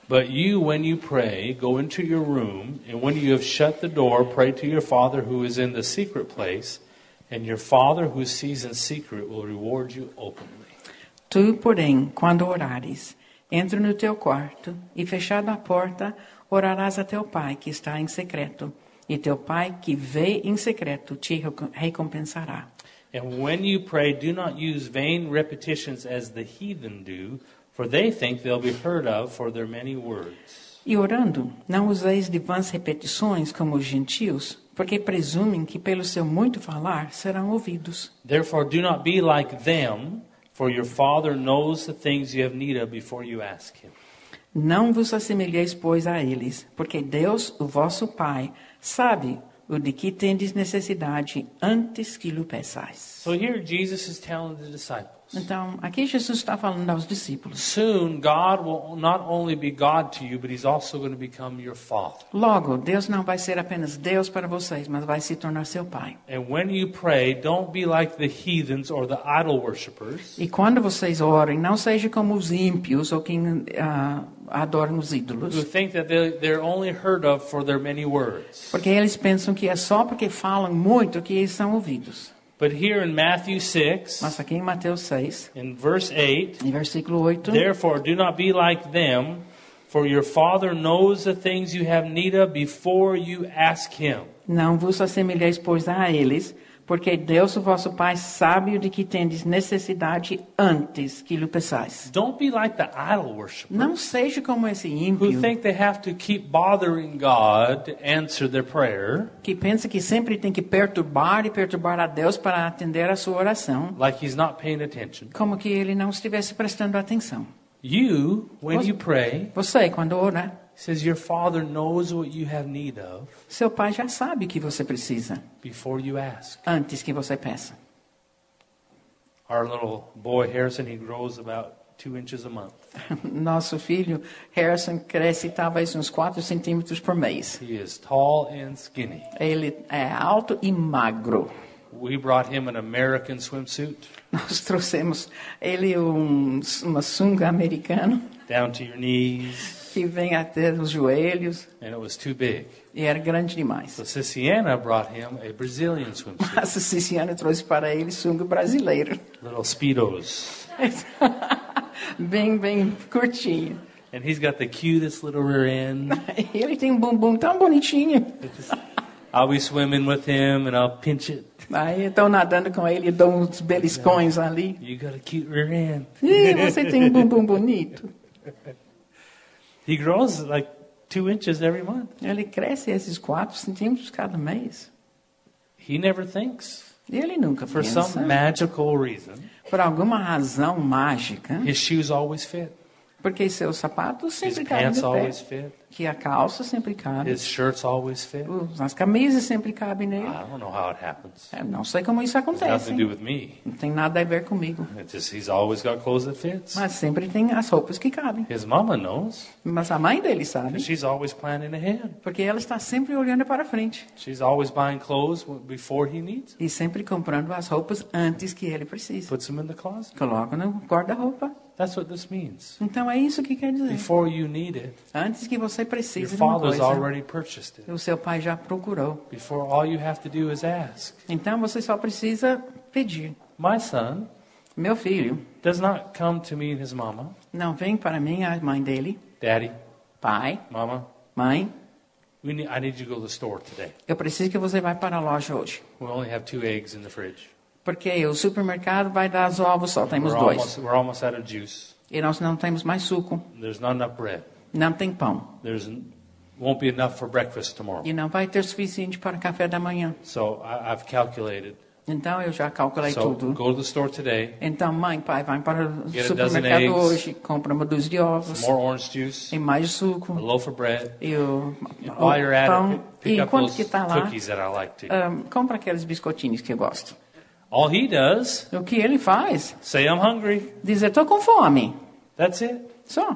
S1: But you, when you pray, go into your room, and when you have shut the door, pray to your Father who is in the secret place, and your Father who sees in secret will reward you openly.
S2: Tu, porém, quando orares, entra no teu quarto e, fechada a porta, orarás a teu Pai que está em secreto. E teu Pai que vê em secreto te recom- recompensará.
S1: And when you pray, do not use vain repetitions as the heathen do, for they think they'll be heard of for their many words.
S2: E orando, não useis de vãs repetições como os gentios, porque presumem que pelo seu muito falar serão ouvidos.
S1: Therefore, do not be like them, for your Father knows the things you have need of before you ask Him.
S2: Não vos assemelheis, pois, a eles, porque Deus, o vosso Pai, sabe o de que tendes necessidade antes que lhe peçais.
S1: So here Jesus is telling the disciples
S2: Então, aqui Jesus está falando aos discípulos.
S1: soon God will not only be God to you, but He's also going to become your Father.
S2: Logo, Deus não vai ser apenas Deus para vocês, mas vai se tornar seu Pai.
S1: And when you pray, don't be like the heathens or the idol worshippers.
S2: E quando vocês orem, não seja como os ímpios ou quem ah, adoram os
S1: who
S2: ídolos,
S1: think that they, they're only heard of for their many words.
S2: porque eles pensam que é só porque falam muito que eles são ouvidos.
S1: But here in Matthew 6,
S2: Mas aqui em Mateus 6,
S1: in verse 8,
S2: em versículo 8,
S1: therefore do not be like them, for your Father knows the things you have need of before you ask Him.
S2: Não vos assemelheis, pois, a eles, porque Deus, o vosso Pai, sabe o de que tendes necessidade antes que lhe peçais.
S1: Don't be like the idol worshippers
S2: Não seja como esse
S1: who
S2: ímpio
S1: think they have to keep bothering God to answer their prayer,
S2: que pensa que sempre tem que perturbar e perturbar a Deus para atender a sua oração,
S1: like He's not paying attention.
S2: como que ele não estivesse prestando atenção.
S1: You, when
S2: Was-
S1: you pray,
S2: Você, quando ora,
S1: says your Father knows what you have need of
S2: seu Pai já sabe o que você precisa
S1: before you ask.
S2: antes que você peça.
S1: Our little boy Harrison, he grows about two inches a month.
S2: Nosso filho Harrison cresce talvez uns 4 centímetros por mês.
S1: He is tall and skinny.
S2: Ele é alto e magro.
S1: We brought him an American swimsuit
S2: Nós trouxemos ele um, uma sunga americana
S1: down to your knees,
S2: que vem até os joelhos
S1: and it was too big.
S2: e era grande demais.
S1: So Sisiana brought him a Brazilian swimsuit,
S2: Mas a Ciciana trouxe para ele sunga brasileiro.
S1: little Speedos.
S2: bem, bem curtinho.
S1: And he's got the cutest little rear end.
S2: E ele tem um bumbum tão bonitinho.
S1: I'll be swimming with him and I'll pinch it.
S2: Aí eu estou nadando com ele e dou uns beliscões ali.
S1: You got a cute rear end.
S2: Ih, você tem um bumbum bonito.
S1: He grows like two inches every month.
S2: Ele cresce esses 4 centímetros cada mês.
S1: He never thinks.
S2: E ele nunca
S1: For
S2: pensa.
S1: some magical reason,
S2: Por alguma razão mágica,
S1: his shoes always fit,
S2: porque seus sapatos
S1: his
S2: sempre caem
S1: pants
S2: do pé.
S1: always fit,
S2: que a calça sempre cabe,
S1: his shirts always fit.
S2: os- as camisas sempre cabem nele.
S1: I don't know how it happens.
S2: É, não sei como isso
S1: It's
S2: acontece.
S1: nothing to do with
S2: hein?
S1: me.
S2: Não tem nada a ver comigo.
S1: It's just he's always got clothes that fits.
S2: Mas sempre tem as roupas que cabem.
S1: His mama knows.
S2: Mas a mãe dele
S1: 'cause
S2: sabe,
S1: She's always planning ahead.
S2: porque ela está sempre olhando para frente
S1: She's always buying clothes w- before he needs. them.
S2: e sempre comprando as roupas antes que ele precise.
S1: Puts them in the closet.
S2: Coloca no guarda-roupa.
S1: That's what this means.
S2: Então é isso que quer dizer.
S1: Before you need it,
S2: Antes que você
S1: your
S2: precise de uma
S1: father's
S2: coisa,
S1: already purchased it.
S2: o seu pai já procurou.
S1: Before all you have to do is ask.
S2: Então você só precisa pedir.
S1: My son
S2: Meu filho,
S1: does not come to me and his mama,
S2: não vem para mim a mãe dele,
S1: daddy,
S2: pai,
S1: mama.
S2: mãe,
S1: We need, I need you to go to the store today.
S2: Eu preciso que você vá para a loja hoje.
S1: We only have two eggs in the fridge.
S2: Porque o supermercado vai dar os ovos, só temos
S1: We're
S2: dois.
S1: almost, we're almost out of juice.
S2: E nós não temos mais suco,
S1: There's not enough bread.
S2: não tem pão.
S1: There's n- won't be enough for breakfast tomorrow.
S2: E não vai ter suficiente para café da manhã.
S1: So I, I've calculated.
S2: Então eu já calculei
S1: so
S2: tudo.
S1: go to the store today.
S2: Então, mãe, pai, vai para o
S1: Get a dozen
S2: supermercado
S1: eggs.
S2: hoje, compra uma dúzia de ovos,
S1: More orange juice,
S2: e mais
S1: a
S2: suco,
S1: loaf of bread.
S2: e o,
S1: And
S2: o
S1: while you're at it,
S2: pão.
S1: pick-
S2: E
S1: pick up
S2: enquanto
S1: those
S2: que está lá,
S1: cookies that I like to. eat.
S2: ahn, compra aqueles biscoitinhos que eu gosto.
S1: All he does,
S2: O que ele faz?
S1: say I'm hungry.
S2: Dizer, estou com fome.
S1: That's it.
S2: Só.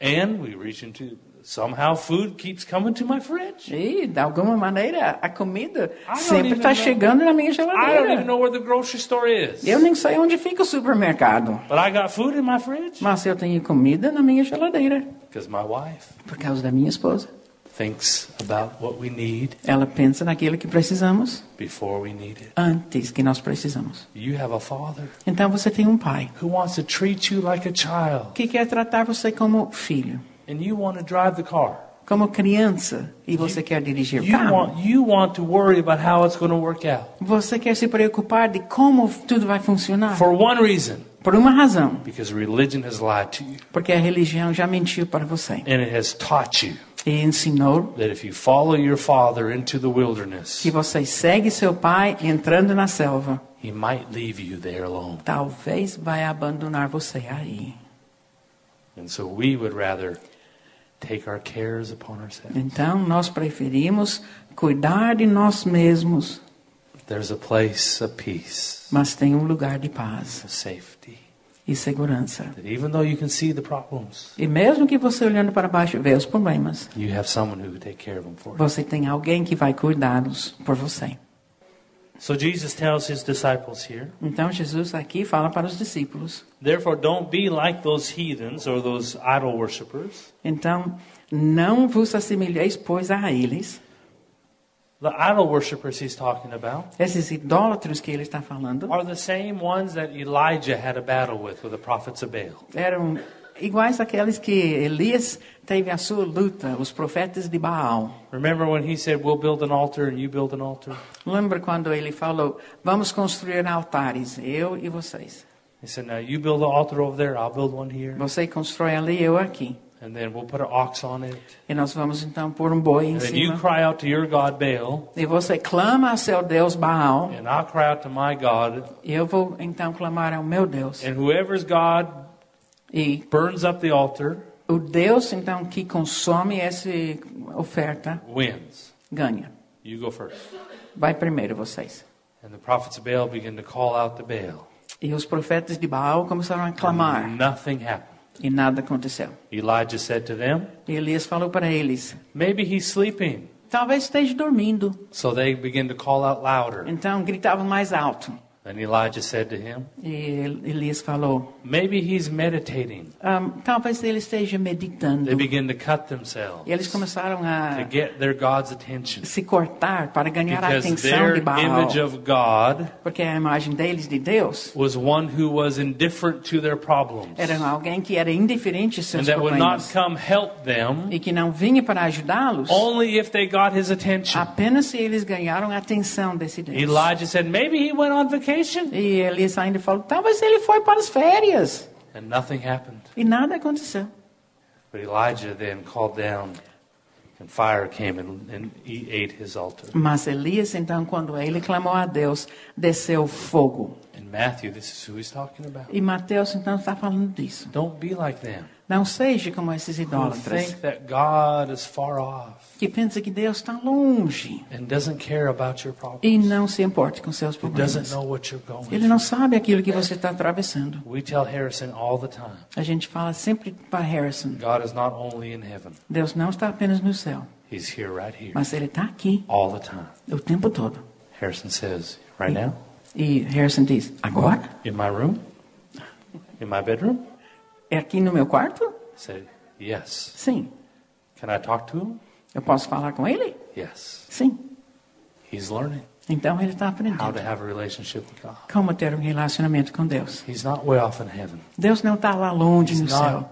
S1: And we reach into somehow food keeps coming to my fridge.
S2: E, de alguma maneira, a comida
S1: I don't
S2: sempre
S1: even
S2: está
S1: know-
S2: chegando na minha
S1: I don't even
S2: geladeira.
S1: know where the grocery store is,
S2: Eu nem sei onde fica o supermercado,
S1: but I got food in my fridge
S2: mas eu tenho comida na minha geladeira
S1: because my wife
S2: por causa da minha esposa.
S1: thinks about what we need
S2: Ela pensa naquilo que precisamos
S1: before we need it.
S2: antes que nós precisamos.
S1: You have a father
S2: Então você tem um pai
S1: who wants to treat you like a child,
S2: que quer tratar você como filho
S1: and you want to drive the car.
S2: como criança e você quer dirigir o
S1: You
S2: carro.
S1: want, you want to worry about how it's going to work out.
S2: Você quer se preocupar de como tudo vai funcionar.
S1: For one reason
S2: Por uma razão,
S1: because religion has lied to you.
S2: porque a religião já mentiu para você
S1: And it has taught you
S2: e ensinou
S1: that if you follow your father into the wilderness,
S2: que você segue seu pai entrando na selva.
S1: he might leave you there alone.
S2: Talvez vai abandonar você aí.
S1: And so we would rather take our cares upon ourselves.
S2: Então nós preferimos cuidar de nós mesmos,
S1: There's a place of peace,
S2: mas tem um lugar de paz
S1: of safety.
S2: e segurança.
S1: That even though you can see the problems,
S2: E mesmo que você olhando para baixo vê os problemas,
S1: you have someone who can take care of them for you.
S2: você tem alguém que vai cuidá-los por você.
S1: So Jesus tells his disciples here
S2: Então Jesus aqui fala para os discípulos.
S1: Therefore, don't be like those heathens or those idol worshippers.
S2: Então não vos assimileis pois a eles.
S1: The idol worshippers he's talking about
S2: Esses idólatros que ele está falando
S1: are the same ones that Elijah had a battle with, with the prophets of Baal.
S2: eram iguais àqueles que Elias teve a sua luta, os profetas de Baal.
S1: Remember when he said, We'll build an altar and you build an altar?
S2: Lembra quando ele falou: Vamos construir altares, eu e vocês.
S1: He said, Now you build an altar over there, I'll build one here.
S2: Você constrói ali, eu aqui.
S1: And then we'll put an ox on it.
S2: E nós vamos então pôr um boi em
S1: And then you
S2: cima.
S1: cry out to your God Baal,
S2: E você clama ao seu Deus Baal.
S1: and I'll cry out to my God.
S2: E eu vou então clamar ao meu Deus.
S1: And whoever's God
S2: E
S1: burns up the altar
S2: o Deus então que consome essa oferta
S1: wins.
S2: ganha.
S1: You go first.
S2: Vai primeiro vocês.
S1: And the prophets of Baal begin to call out to Baal.
S2: E os profetas de Baal começaram a clamar.
S1: And nothing happened.
S2: E nada aconteceu.
S1: Elijah said to them,
S2: E Elias falou para eles:
S1: Maybe he's sleeping.
S2: Talvez esteja dormindo.
S1: So they begin to call out louder.
S2: Então gritavam mais alto.
S1: And Elijah said to him,
S2: E Elias falou:
S1: Maybe he's meditating.
S2: "Ahm, talvez ele esteja meditando.
S1: They
S2: E
S1: begin to cut themselves
S2: eles começaram
S1: to
S2: a
S1: get their God's attention
S2: se cortar para ganhar a
S1: because
S2: atenção
S1: their
S2: de Baal,
S1: image of God
S2: porque a imagem deles de Deus
S1: was one who was indifferent to their problems
S2: era alguém que era indiferente aos
S1: and
S2: seus
S1: that would not
S2: problemas
S1: come help them
S2: e que não vinha para ajudá-los,
S1: only if they got his attention.
S2: apenas se eles ganharam a atenção desse Deus.
S1: Elijah said, Maybe he went on vacation.
S2: E Elias ainda falou: talvez ele foi para as férias
S1: And nothing happened.
S2: e nada aconteceu.
S1: But Elijah then called down, and fire came and, and he ate his altar.
S2: Mas Elias, então, quando ele clamou a Deus, desceu fogo.
S1: In Matthew, this is who he's talking about.
S2: E Mateus, então, está falando disso.
S1: Don't be like them.
S2: Não seja como esses
S1: Who
S2: idólatras
S1: think that God is far off
S2: que pensa que Deus está longe
S1: and doesn't care about your
S2: e
S1: problems.
S2: não se importa com seus
S1: Who doesn't
S2: problemas.
S1: know what you're going
S2: Ele não
S1: through.
S2: sabe aquilo que você está atravessando.
S1: We tell Harrison all the time,
S2: A gente fala sempre para Harrison:
S1: God is not only in heaven,
S2: Deus não está apenas no céu,
S1: he's here right here
S2: mas Ele está aqui
S1: all the time.
S2: o tempo todo.
S1: Harrison says, right now,
S2: E Harrison diz: Agora?
S1: in my room, in my bedroom?
S2: É aqui no meu quarto?
S1: I said, yes.
S2: Sim.
S1: Can I talk to him?
S2: Eu posso falar com ele?
S1: Yes.
S2: Sim.
S1: He's learning
S2: Então ele está
S1: how to
S2: aprendendo
S1: have a relationship with God.
S2: como ter um relacionamento com Deus.
S1: He's not way off in heaven.
S2: Deus não está lá longe
S1: He's
S2: no céu.
S1: not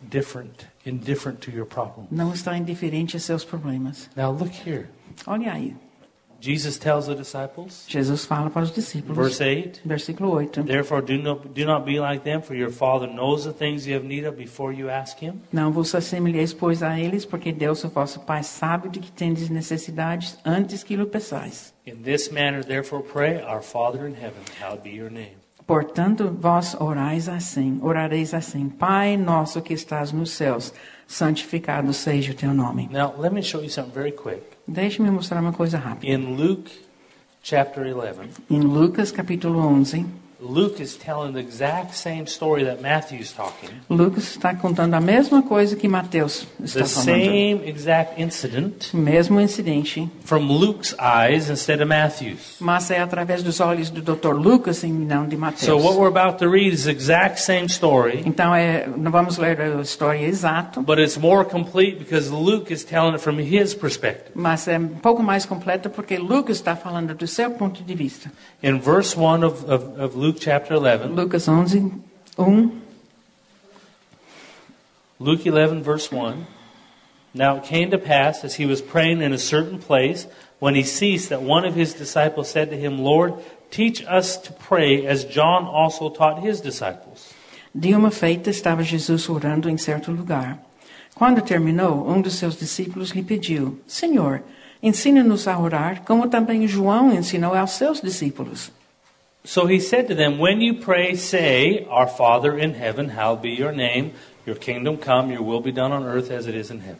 S1: different, indifferent to your problem.
S2: Não está indiferente a seus problemas.
S1: Now look here.
S2: Olha aí.
S1: Jesus tells the disciples,
S2: Jesus fala para os discípulos.
S1: verse 8,
S2: Versículo 8.
S1: Therefore do not, do not be like them, for your Father knows the things you have need of before you ask Him.
S2: Não vos assemelheis, pois, a eles, porque Deus, o vosso Pai, sabe de que tendes necessidades antes que lhe peçais.
S1: In this manner, therefore, pray, Our Father in heaven, hallowed be your name.
S2: Portanto, vós orais assim, orareis assim. Pai nosso que estás nos céus, santificado seja o teu nome.
S1: Now, let me show you something very quick.
S2: Deixe-me mostrar uma coisa rápida.
S1: In Luke chapter 11,
S2: Em Lucas capítulo 11,
S1: Luke is telling the exact same story that Matthew's talking.
S2: Lucas está contando a mesma coisa que Mateus está
S1: The
S2: falando.
S1: same exact incident
S2: Mesmo incidente,
S1: from Luke's eyes instead of Matthew's.
S2: mas é através dos olhos do Dr. Lucas e não de Mateus.
S1: So what we're about to read is the exact same story,
S2: Então, é, não vamos ler a história exata,
S1: but it's more complete because Luke is telling it from his perspective.
S2: mas é um pouco mais completa porque Lucas está falando do seu ponto de vista.
S1: In verse 1 of, of, of Luke chapter 11,
S2: Lucas 11, 1,
S1: Luke 11 verse 1, Now it came to pass, as he was praying in a certain place, when he ceased, that one of his disciples said to him, Lord, teach us to pray, as John also taught his disciples.
S2: De uma feita estava Jesus orando em certo lugar. Quando terminou, um dos seus discípulos lhe pediu: Senhor, ensine-nos a orar, como também João ensinou aos seus discípulos.
S1: So he said to them, When you pray, say, Our Father in heaven, hallowed be your name, your kingdom come, your will be done on earth as it is in heaven.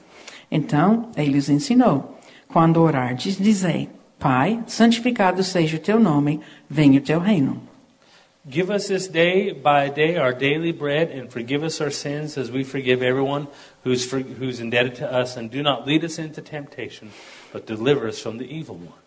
S2: Então ele os ensinou: Quando orardes, dizei: Pai, santificado seja o teu nome, venha o teu reino.
S1: Give us this day by day our daily bread, and forgive us our sins as we forgive everyone who's, for, who's indebted to us. And do not lead us into temptation, but deliver us from the evil one.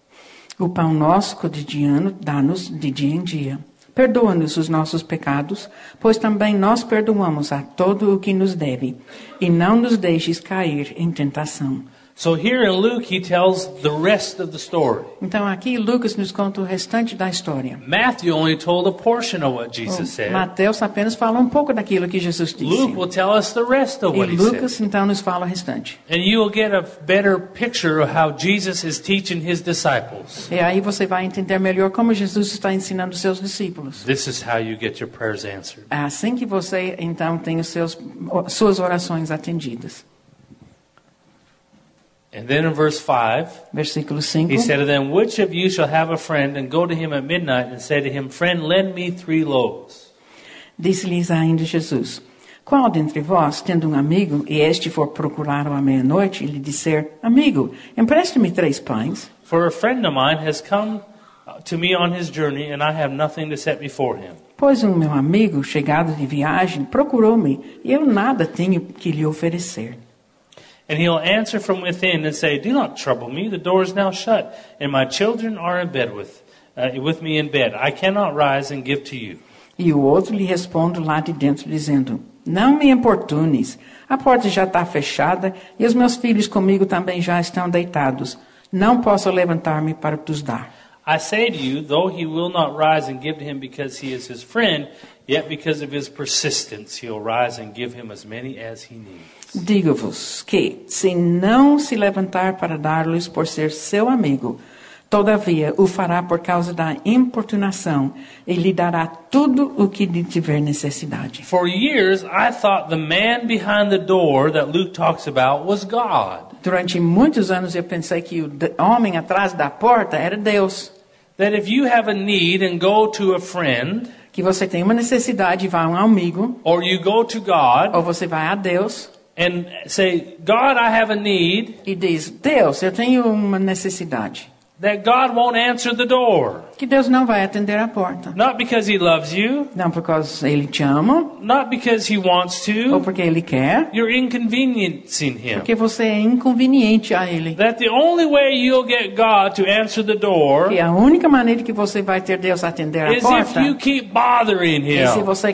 S2: O pão nosso cotidiano dá-nos de dia em dia. Perdoa-nos os nossos pecados, pois também nós perdoamos a todo o que nos deve, e não nos deixes cair em tentação.
S1: So here in Luke, he tells the rest of the story.
S2: Então aqui Lucas nos conta o restante da história.
S1: Matthew only told a portion of what
S2: Oh,
S1: Jesus said.
S2: Mateus apenas fala um pouco daquilo que Jesus disse.
S1: Luke will tell us the rest of
S2: E
S1: what he said.
S2: Lucas então nos fala o restante.
S1: And you will get a better picture of how Jesus is teaching his disciples.
S2: E aí você vai entender melhor como Jesus está ensinando os seus discípulos.
S1: This is how you get your prayers answered.
S2: É assim que você então tem os seus, suas orações atendidas.
S1: And then in verse 5,
S2: Versículo 5.
S1: He said to them, Which of you shall have a friend and go to him at midnight and say to him, Friend, lend me three loaves?
S2: Disse-lhes ainda Jesus: Qual dentre vós, tendo um amigo, e este for procurá-lo à meia-noite, e lhe disser: Amigo, empreste-me três pães?
S1: For a friend of mine has come to me on his journey, and I have nothing to set before him.
S2: Pois um meu amigo, chegado de viagem, procurou-me, e eu nada tenho que lhe oferecer.
S1: And he'll answer from within and say, Do not trouble me, the door is now shut, and my children are in bed with, uh, with me in bed. I cannot rise and give to you.
S2: E o outro lhe responde lá de dentro, dizendo: Não me importunes, a porta já está fechada, e os meus filhos comigo também já estão deitados. Não posso levantar-me para os dar.
S1: I say to you, though he will not rise and give to him because he is his friend, yet because of his persistence he'll rise and give him as many as he needs.
S2: Digo-vos que, se não se levantar para dar-lhes por ser seu amigo, todavia o fará por causa da importunação e lhe dará tudo o que lhe tiver necessidade.
S1: For years, I thought the man behind the door that Luke talks about was God.
S2: Durante muitos anos eu pensei que o de- homem atrás da porta era Deus,
S1: That if you have a need and go to a friend,
S2: que você tem uma necessidade e vai a um amigo,
S1: or you go to God
S2: ou você vai a Deus
S1: and say, God, I have a need,
S2: e diz: Deus, eu tenho uma necessidade.
S1: that God won't answer the door.
S2: Que Deus não vai atender a porta.
S1: Not because he loves you,
S2: Não por causa ele te ama,
S1: not because he wants to,
S2: ou porque ele quer,
S1: you're inconveniencing him.
S2: porque você é inconveniente a ele.
S1: That the only way you'll get God to answer the door
S2: E a única maneira que você vai ter Deus atender a
S1: is if
S2: porta
S1: you keep bothering
S2: é se
S1: him
S2: você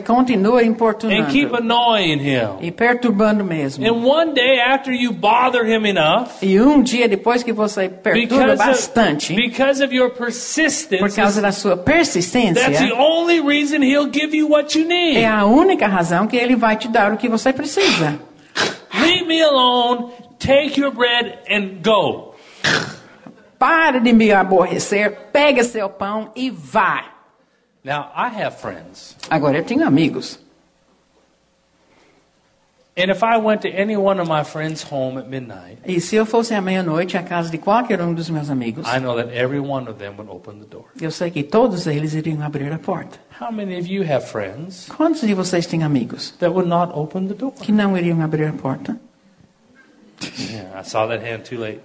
S1: and
S2: continua
S1: keep
S2: importunando
S1: annoying him.
S2: e perturbando mesmo.
S1: And one day after you bother him enough,
S2: E um dia depois que você perturba
S1: because of,
S2: bastante,
S1: because of your
S2: por
S1: persistence,
S2: causa da sua
S1: that's the
S2: persistência,
S1: only reason he'll give you what you
S2: é
S1: need.
S2: a única razão que ele vai te dar o que você precisa.
S1: Leave me alone, take your bread, and go.
S2: Para de me aborrecer, pega seu pão e vá.
S1: Now, I have friends.
S2: Agora eu tenho amigos.
S1: And if I went to any one of my friends' home at midnight,
S2: E se eu fosse à meia-noite à casa de qualquer um dos meus amigos,
S1: I know that every one of them would open the door.
S2: eu sei que todos eles iriam abrir a porta.
S1: How many of you have friends
S2: Quantos de vocês têm amigos?
S1: that would not open the door?
S2: que não iriam abrir a porta.
S1: Yeah, I saw that hand too late.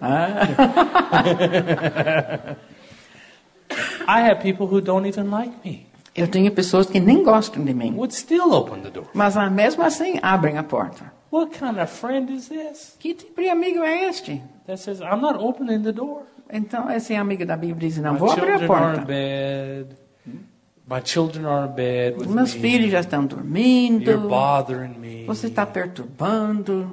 S1: I have people who don't even like me.
S2: Eu tenho pessoas que nem gostam de mim,
S1: would still open the door.
S2: mas ah, mesmo assim abrem a porta.
S1: What kind of friend is this
S2: Que tipo de amigo é este?
S1: that says, I'm not opening the door?
S2: Então, esse amigo da Bíblia diz: Não
S1: My
S2: vou abrir a
S1: children are in
S2: porta.
S1: bed. My children are in bed with
S2: Meus
S1: me.
S2: filhos já estão
S1: You're
S2: dormindo.
S1: bothering me.
S2: Você está perturbando.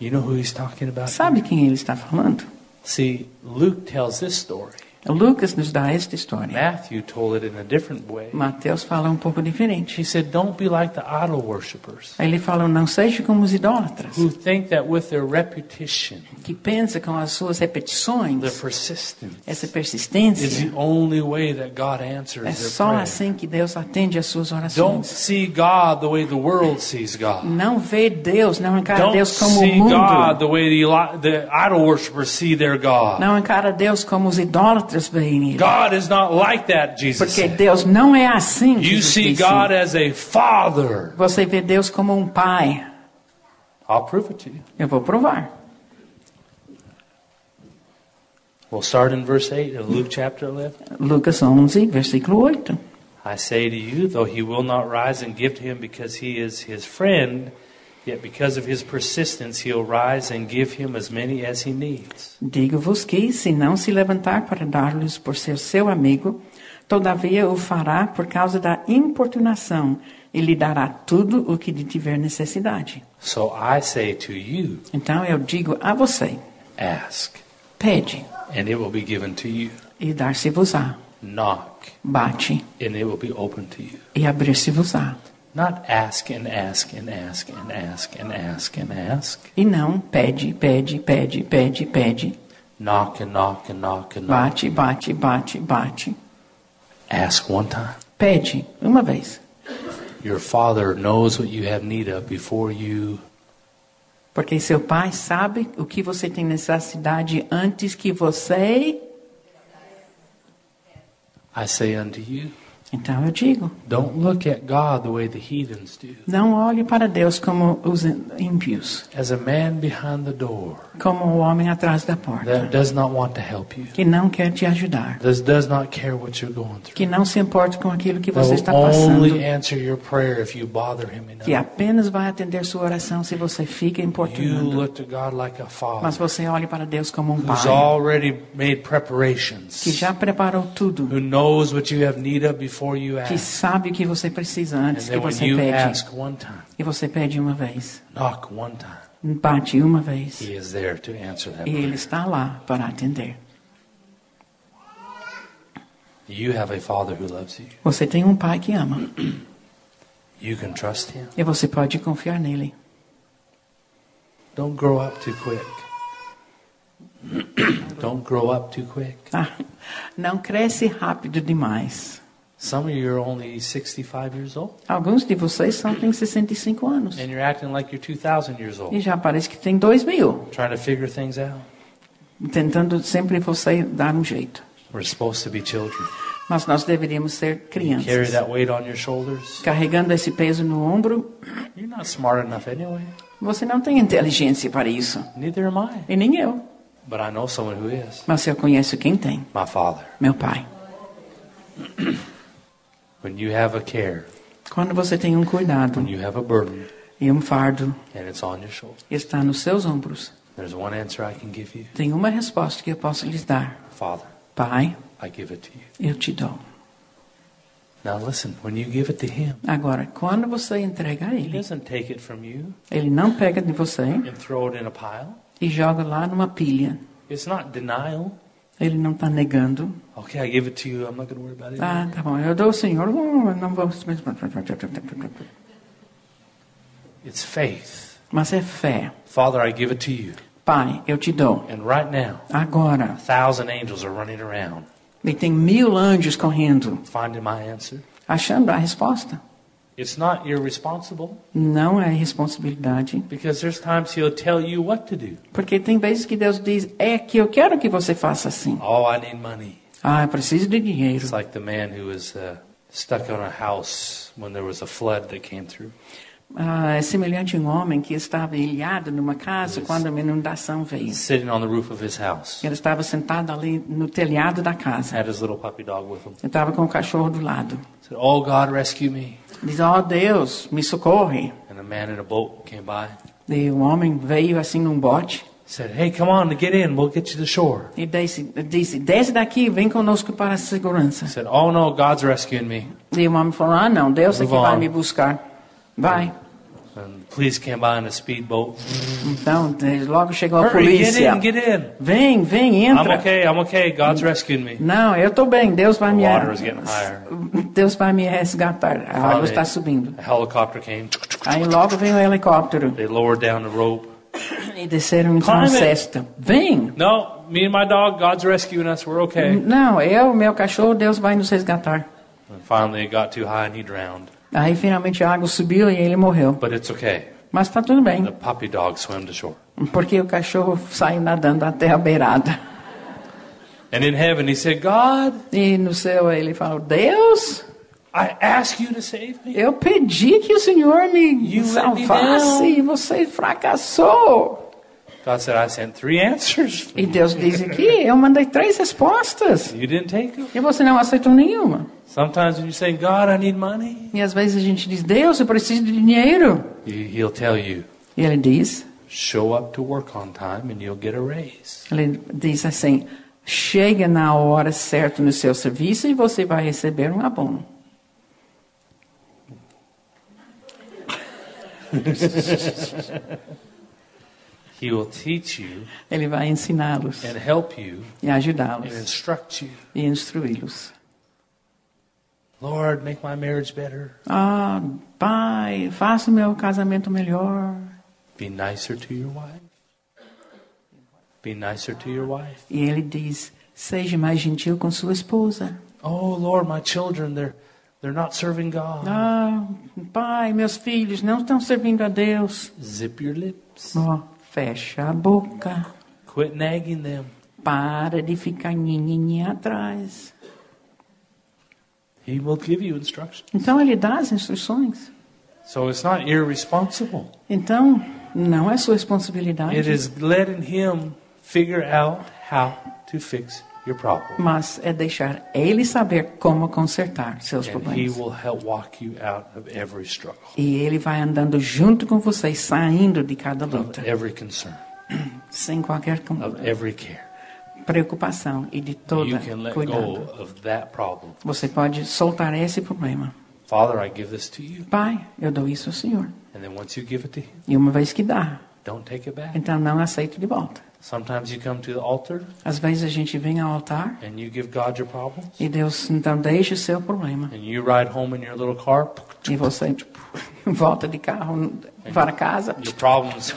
S1: You know who he's talking about?
S2: Sabe quem ele está falando?
S1: See, Luke tells this story
S2: Lucas nos dá esta história.
S1: Matthew told it in a different way.
S2: Mateus fala um pouco diferente.
S1: He said, Don't be like the idol worshippers
S2: Aí ele fala, não seja como os idólatras,
S1: who think that with their repetition,
S2: que pensa com as suas
S1: their
S2: repetições,
S1: persistence,
S2: essa
S1: is
S2: persistência,
S1: the only way that God
S2: é
S1: answers
S2: só
S1: their prayer.
S2: assim que Deus atende as suas
S1: Don't
S2: orações.
S1: see God the way the world sees God.
S2: Não vê Deus, não encara
S1: Don't
S2: Deus como o
S1: see God
S2: mundo.
S1: the way the, Eli- the idol worshippers see their God.
S2: Não encara Deus como os idólatras veem ele.
S1: God is not like that, Jesus
S2: Porque
S1: said.
S2: Deus não é assim.
S1: You
S2: Jesus
S1: see
S2: disse.
S1: God as a father.
S2: Você vê Deus como um pai.
S1: I'll prove it to you.
S2: Eu vou provar.
S1: We'll start in verse 8 of Luke chapter 11.
S2: Lucas 11, versículo 8.
S1: I say to you, though he will not rise and give to him because he is his friend, yet because of his persistence he'll rise and give him as many as he needs.
S2: Digo-vos que, se não se levantar para dar-lhes por ser seu amigo, todavia o fará por causa da importunação e lhe dará tudo o que lhe tiver necessidade.
S1: So I say to you,
S2: Então eu digo a você:
S1: ask,
S2: pede,
S1: and it will be given to you.
S2: e dar-se-vos-á.
S1: Knock,
S2: Bate,
S1: and it will be open to you.
S2: e abrir-se-vos-á.
S1: Not ask and ask and ask and ask and ask and ask.
S2: E não pede, pede, pede, pede, pede.
S1: Knock and knock and knock and knock.
S2: Bate, bate, bate, bate.
S1: Ask one time.
S2: Pede, uma vez.
S1: Your father knows what you have need of before you
S2: Porque seu pai sabe o que você tem necessidade antes que você.
S1: I say unto you,
S2: Então eu digo:
S1: don't look at God the way the heathens do.
S2: não olhe para Deus como os ímpios,
S1: As a man behind the door
S2: como o homem atrás da porta,
S1: that does not want to help you,
S2: que não quer te ajudar,
S1: does, does not care what you're going through,
S2: que não se importa com aquilo que
S1: that
S2: você está
S1: will Então, only é
S2: passando,
S1: answer your prayer if you bother him enough.
S2: que apenas vai atender sua oração se você fica
S1: You
S2: importunando.
S1: look to God like a father
S2: Mas você olhe para Deus como um
S1: who's
S2: pai
S1: already made
S2: que
S1: preparations,
S2: já preparou tudo,
S1: who knows what you have need of before you
S2: que
S1: ask.
S2: sabe o que você precisa
S1: And
S2: antes que
S1: then when
S2: você
S1: you
S2: pede.
S1: ask one time,
S2: E você pede uma vez,
S1: knock one time,
S2: bate uma vez.
S1: he is there to answer that
S2: E
S1: prayer.
S2: ele está lá para atender.
S1: You have a father who loves you.
S2: Você tem um pai que ama
S1: You can trust him.
S2: e você pode confiar nele.
S1: Don't grow up too quick. Don't grow up too quick.
S2: Ah, não cresce rápido demais.
S1: Some of you are only 65 years old,
S2: Alguns de vocês só têm 65 anos
S1: and you're acting like you're 2,000 years
S2: e
S1: old,
S2: já parece que tem 2 mil,
S1: trying to figure things out.
S2: tentando sempre você dar um jeito.
S1: We're supposed to be children.
S2: Mas nós deveríamos ser
S1: You carry
S2: crianças.
S1: that weight on your shoulders.
S2: Carregando esse peso no ombro,
S1: You're not smart enough anyway.
S2: você não tem inteligência para isso.
S1: Neither am I.
S2: E nem eu.
S1: But I know someone who is.
S2: Mas eu conheço quem tem:
S1: My father.
S2: meu pai.
S1: When you have a care,
S2: Quando você tem um cuidado
S1: when you have a burden,
S2: e um fardo
S1: and it's on your shoulder,
S2: está nos seus ombros,
S1: there's one answer I can give you.
S2: Tem uma resposta que eu posso lhes dar.
S1: Father,
S2: Pai,
S1: I give it to you.
S2: eu te dou.
S1: Now listen, when you give it to him,
S2: Agora, quando você entrega a
S1: he
S2: ele,
S1: doesn't take it from you
S2: ele não pega de você
S1: and throw it in a pile.
S2: e joga lá numa pilha.
S1: It's not denial.
S2: Ele não está negando.
S1: Okay, I give it to you. I'm not going to worry about it.
S2: Ah, tá bom, eu dou ao Senhor. Oh, Não vou...
S1: It's faith.
S2: Mas é fé.
S1: Father, I give it to you.
S2: Pai, eu te dou.
S1: And right now, a
S2: Agora.
S1: thousand angels are running around
S2: E tem mil anjos correndo,
S1: finding my answer.
S2: achando a resposta.
S1: It's not irresponsible
S2: Não é responsabilidade.
S1: because there's times he'll tell you what to do.
S2: Porque tem vezes que Deus diz: é que eu quero que você faça assim.
S1: Oh, I need money.
S2: Ah, eu preciso de dinheiro.
S1: It's like the man who was uh, stuck on a house when there was a flood that came through.
S2: Ah, é semelhante a um homem que estava ilhado numa casa
S1: Isso.
S2: quando uma inundação veio.
S1: He's sitting on the roof of his house.
S2: Ele estava sentado ali no telhado da casa.
S1: Had his little puppy dog with him.
S2: Ele estava com o cachorro do lado.
S1: Said, "Oh God, rescue me!"
S2: Diz: Oh Deus, me socorre.
S1: And a man in a boat came by.
S2: E o homem veio assim num bote
S1: Said, "Hey, come on, get in. We'll get you to shore."
S2: e disse, disse: Desce daqui, vem conosco para a segurança.
S1: Said, "Oh no, God's rescuing me."
S2: E o homem falou: Ah, não, Deus é que
S1: Move on.
S2: vai me buscar. Vai.
S1: And police came by in a speedboat.
S2: Então, eh, logo chegou a
S1: Hurry, get
S2: polícia.
S1: in, get in.
S2: Vem, vem,
S1: I'm
S2: entra.
S1: okay, I'm okay. God's rescued me.
S2: Não, eu estou bem. Deus vai
S1: The
S2: me
S1: water was getting higher.
S2: Deus vai me resgatar. A água
S1: Finally,
S2: está subindo.
S1: A helicopter came.
S2: Aí logo vem o helicóptero
S1: They lowered down the rope.
S2: e desceram então
S1: Climb
S2: a
S1: it.
S2: cesta. Vem.
S1: No, me and my dog, God's rescuing us. We're okay.
S2: Não, eu, meu cachorro, Deus vai nos resgatar.
S1: And finally, it got too high and he drowned.
S2: Aí finalmente a água subiu e ele morreu.
S1: But it's okay.
S2: Mas está tudo
S1: The
S2: bem,
S1: puppy dog swam to shore.
S2: porque o cachorro saiu nadando até a beirada.
S1: And in heaven, he said, God,
S2: E no céu ele falou: Deus,
S1: I ask you to save me.
S2: eu pedi que o Senhor me
S1: You let me
S2: salvasse
S1: down.
S2: e você fracassou.
S1: God said, I sent three answers.
S2: E Deus diz aqui: Eu mandei três respostas
S1: You didn't take them.
S2: e você não aceitou nenhuma.
S1: Sometimes when you say, God, I need money,
S2: E às vezes a gente diz: Deus, eu preciso de dinheiro.
S1: he- he'll tell you,
S2: E ele diz:
S1: show up to work on time and you'll get a raise.
S2: Ele diz assim: chega na hora certa no seu serviço e você vai receber um abono.
S1: He will teach you
S2: Ele vai ensiná-los
S1: and help you
S2: e
S1: and
S2: ajudá-los
S1: instruct you.
S2: e instruí-los.
S1: Lord, make my marriage better.
S2: Ah, pai, faça o meu casamento melhor.
S1: Be nicer to your wife. Be nicer to your wife.
S2: E ele diz: seja mais gentil com sua esposa.
S1: Oh Lord, my children, they're they're not serving God.
S2: Ah, pai, meus filhos não estão servindo a Deus.
S1: Zip your lips.
S2: Ó, fecha a boca.
S1: Quit nagging them.
S2: Para de ficar nhinhinhin atrás.
S1: He will give you instruction.
S2: Então ele dá as instruções.
S1: So it's not irresponsible.
S2: Então, não é sua
S1: It
S2: responsabilidade,
S1: is letting him figure out how to fix your problem.
S2: mas é deixar ele saber como consertar seus
S1: And he
S2: problemas.
S1: will help walk you out of every struggle,
S2: E ele vai andando junto com vocês, saindo de cada
S1: of
S2: luta,
S1: every concern,
S2: sem qualquer com-
S1: of every care.
S2: preocupação e de todo
S1: You can let go
S2: cuidado.
S1: of that problem.
S2: Você pode soltar esse problema.
S1: Father, I give this to you.
S2: Pai, eu dou isso ao Senhor.
S1: And then once you give it to him,
S2: E uma vez que dá,
S1: don't take it back.
S2: então não aceito de volta.
S1: Sometimes you come to the altar
S2: Às vezes a gente vem ao altar
S1: and you give God your problems,
S2: e Deus então deixa o seu problema.
S1: and you ride home in your little car.
S2: E você tipo, volta de carro para casa.
S1: Your problems,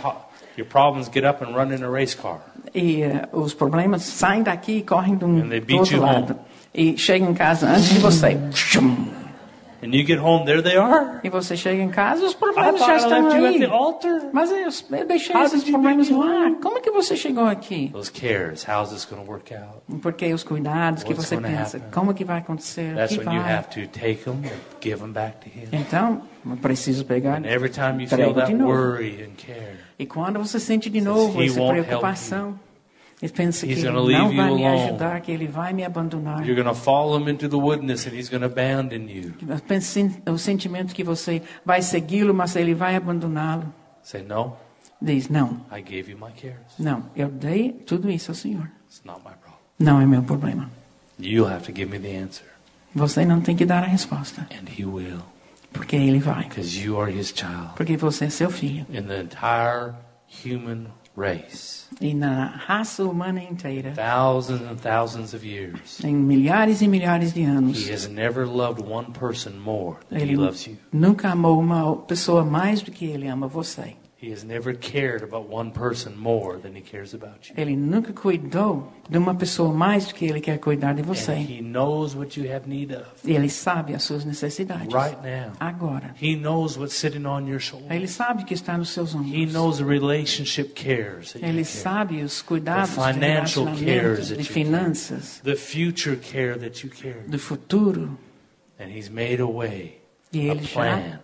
S1: your problems get up and run in a race car.
S2: E eh, os problemas saem daqui e correm de um
S1: And they
S2: do
S1: beat
S2: outro
S1: you
S2: lado. E chegam em casa antes de você. Tchum!
S1: And you get home, there they are.
S2: E você chega em casa os
S1: I
S2: problemas
S1: thought
S2: já
S1: I
S2: estão
S1: Ah, left you at the
S2: aí.
S1: altar.
S2: Mas eu, eu deixei
S1: How
S2: esses
S1: did you
S2: problemas
S1: beat me
S2: lá. Como é que você chegou aqui?
S1: Those cares, how's this going to work out?
S2: Porque os cuidados que
S1: What's
S2: você
S1: gonna
S2: pensa,
S1: happen?
S2: como que vai acontecer, o
S1: That's
S2: que
S1: when you
S2: vai.
S1: have to take them and give them back to Him.
S2: Então, eu preciso pegar.
S1: And every time you feel
S2: Entrego
S1: that
S2: de novo.
S1: worry and care,
S2: E quando você sente de novo
S1: he
S2: essa
S1: won't help
S2: preocupação, e pensa que
S1: He's
S2: ele
S1: gonna leave
S2: não
S1: you
S2: vai me
S1: alone.
S2: ajudar, que ele vai me abandonar.
S1: you're going to fall him into the woodness, and He's going to abandon you.
S2: Pense- é o sentimento que você vai segui-lo, mas ele vai abandoná-lo.
S1: Say, no,
S2: Diz: Não,
S1: I gave you my cares.
S2: não, eu dei tudo isso ao Senhor.
S1: It's not my problem.
S2: Não é meu problema.
S1: You'll have to give me the answer,
S2: Você não tem que dar a resposta,
S1: and He will.
S2: porque ele vai.
S1: Because you are his child.
S2: Porque você é seu filho.
S1: In the entire human race,
S2: E na raça humana inteira,
S1: thousands and thousands of years,
S2: em milhares e milhares de
S1: he
S2: anos,
S1: has never loved one person more than he
S2: ele
S1: loves you.
S2: nunca amou uma pessoa mais do que ele ama você.
S1: He has never cared about one person more than he cares about you.
S2: Ele nunca cuidou de uma pessoa mais do que ele quer cuidar de
S1: And
S2: você.
S1: he knows what you have need of
S2: Ele sabe as suas necessidades.
S1: right now.
S2: Agora.
S1: He knows what's sitting on your shoulder.
S2: Ele sabe que está nos seus
S1: He
S2: ombros.
S1: knows the relationship cares that
S2: Ele
S1: you care,
S2: sabe os cuidados
S1: The
S2: de
S1: financial cares
S2: relacionamento,
S1: that
S2: de
S1: you carry.
S2: finanças,
S1: the future care that you care.
S2: do futuro.
S1: And he's made a way,
S2: E
S1: a
S2: ele já
S1: plan.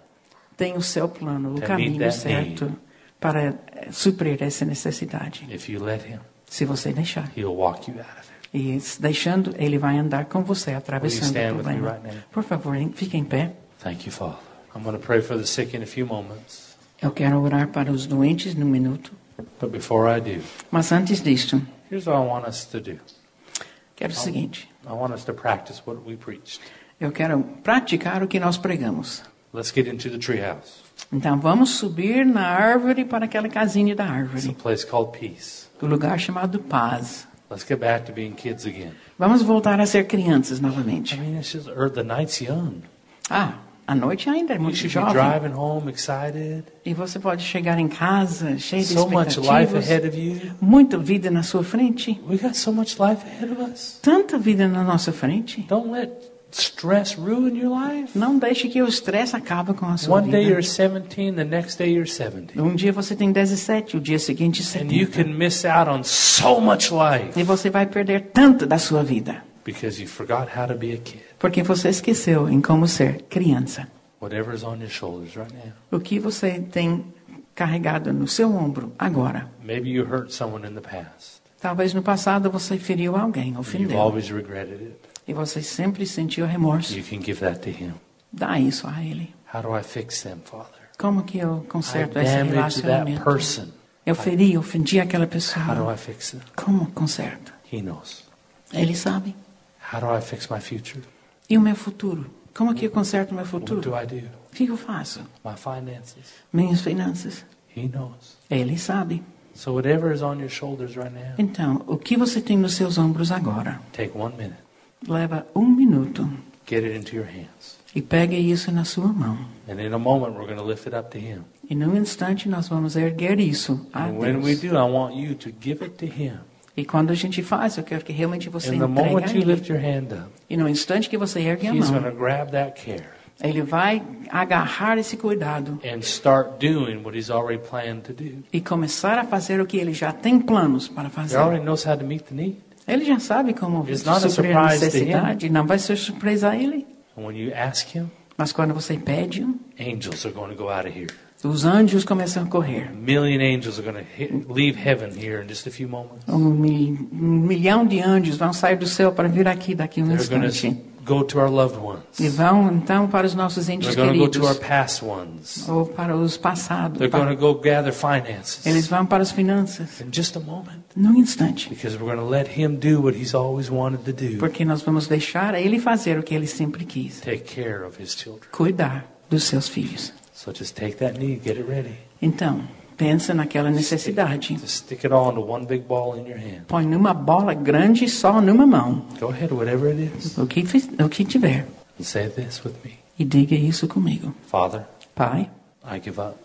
S2: tem o seu plano, o
S1: to meet
S2: caminho
S1: that
S2: certo para eh, suprir essa necessidade.
S1: If you let him,
S2: Se você deixar.
S1: he'll walk you out of it.
S2: E s- deixando, ele vai andar com você, atravessando
S1: stand
S2: o
S1: with
S2: problema.
S1: me right now?
S2: Por favor, em- fique em pé.
S1: Thank you, Father. I'm going to pray for the sick in a few moments.
S2: Eu quero orar para os doentes num minuto.
S1: But before I do,
S2: Mas antes disto,
S1: here's what I want us to do
S2: quero o seguinte.
S1: I want us to practice what we preached.
S2: Eu quero praticar o que nós pregamos.
S1: Let's get into the treehouse.
S2: Então vamos subir na árvore para aquela casinha da
S1: It's a
S2: árvore,
S1: place called peace.
S2: o lugar chamado paz.
S1: Let's get back to being kids again.
S2: Vamos voltar a ser crianças
S1: I
S2: novamente.
S1: mean, it's just, or the night's young.
S2: Ah, a noite ainda é
S1: You
S2: muito
S1: should be
S2: jovem
S1: driving home excited.
S2: e você pode chegar em casa cheio de
S1: So much life
S2: expectativas,
S1: ahead of you.
S2: muita vida na sua frente,
S1: We got so much life ahead of us.
S2: tanta vida na nossa frente.
S1: Don't let stress ruin your life.
S2: Não deixe que o estresse acabe com a sua
S1: One day you're
S2: vida.
S1: 17, the next day you're 70.
S2: Um dia você tem 17, o dia seguinte
S1: And you
S2: 70.
S1: can miss out on so much life
S2: E você vai perder tanto da sua vida,
S1: because you forgot how to be a kid.
S2: porque você esqueceu em como ser criança.
S1: Whatever's on your shoulders right now.
S2: O que você tem carregado no seu ombro agora?
S1: Maybe you hurt someone in the past.
S2: Talvez no passado você feriu alguém,
S1: You've
S2: ofendeu,
S1: always regretted it.
S2: e você sempre sentiu remorso.
S1: You can give that to Him.
S2: Dá isso a ele.
S1: How do I fix them, Father?
S2: Como que eu
S1: I
S2: conserto esse
S1: damaged that
S2: relacionamento?
S1: person.
S2: Eu feri, ofendi aquela
S1: How do
S2: pessoa.
S1: I fix it?
S2: Como conserto?
S1: He knows.
S2: Ele sabe.
S1: How do I fix my future?
S2: E o meu futuro? Como que eu conserto o meu
S1: What do
S2: futuro?
S1: I do?
S2: O que eu faço?
S1: My finances.
S2: Minhas finanças?
S1: He knows.
S2: Ele sabe.
S1: So whatever is on your shoulders right now,
S2: Então, o que você tem nos seus ombros agora?
S1: take one minute,
S2: Leva um minuto
S1: get it into your hands,
S2: e pegue isso na sua mão.
S1: and in a moment we're going to lift it up to Him.
S2: E num instante nós vamos erguer isso a
S1: And when we
S2: Deus.
S1: do, I want you to give it to Him.
S2: E quando a gente faz, eu quero que realmente você
S1: And the moment you né?
S2: entregue a
S1: lift
S2: ele.
S1: your hand up,
S2: E no instante que você ergue a
S1: He's going
S2: mão,
S1: to grab that care
S2: ele vai agarrar esse cuidado
S1: and start doing what He's already planned to do.
S2: e começar a fazer o que ele já tem planos para
S1: He
S2: fazer.
S1: already knows how to meet the need.
S2: Ele já sabe como
S1: It's not a
S2: suprir a
S1: surprise to
S2: necessidade, não vai ser surpresa a ele.
S1: And when you ask Him,
S2: Mas quando você pede,
S1: angels are going to go out of here.
S2: os anjos começam a correr.
S1: A million angels are going to hit, leave heaven here in just a few moments.
S2: Um, mil- um milhão de anjos vão sair do céu para vir aqui daqui a um
S1: They're going to
S2: instante.
S1: go to our loved ones.
S2: E vão então para os nossos entes
S1: They're going to go to our
S2: queridos
S1: past ones.
S2: ou para os passados.
S1: They're
S2: pa-
S1: going to go gather
S2: Eles
S1: finances
S2: vão para as finanças
S1: in just a moment
S2: num instante,
S1: because we're going to let Him do what He's always wanted to do
S2: porque nós vamos deixar ele fazer o que ele sempre quis,
S1: take care of His children.
S2: cuidar dos seus filhos.
S1: So just take that need, get it ready.
S2: Então, pensa naquela necessidade.
S1: Just stick it all into one big ball in your hand.
S2: Põe numa bola grande só numa mão,
S1: Go ahead, whatever it is,
S2: o que, fiz- o que tiver,
S1: and say this with me
S2: e diga isso comigo.
S1: Father,
S2: Pai,
S1: I give up.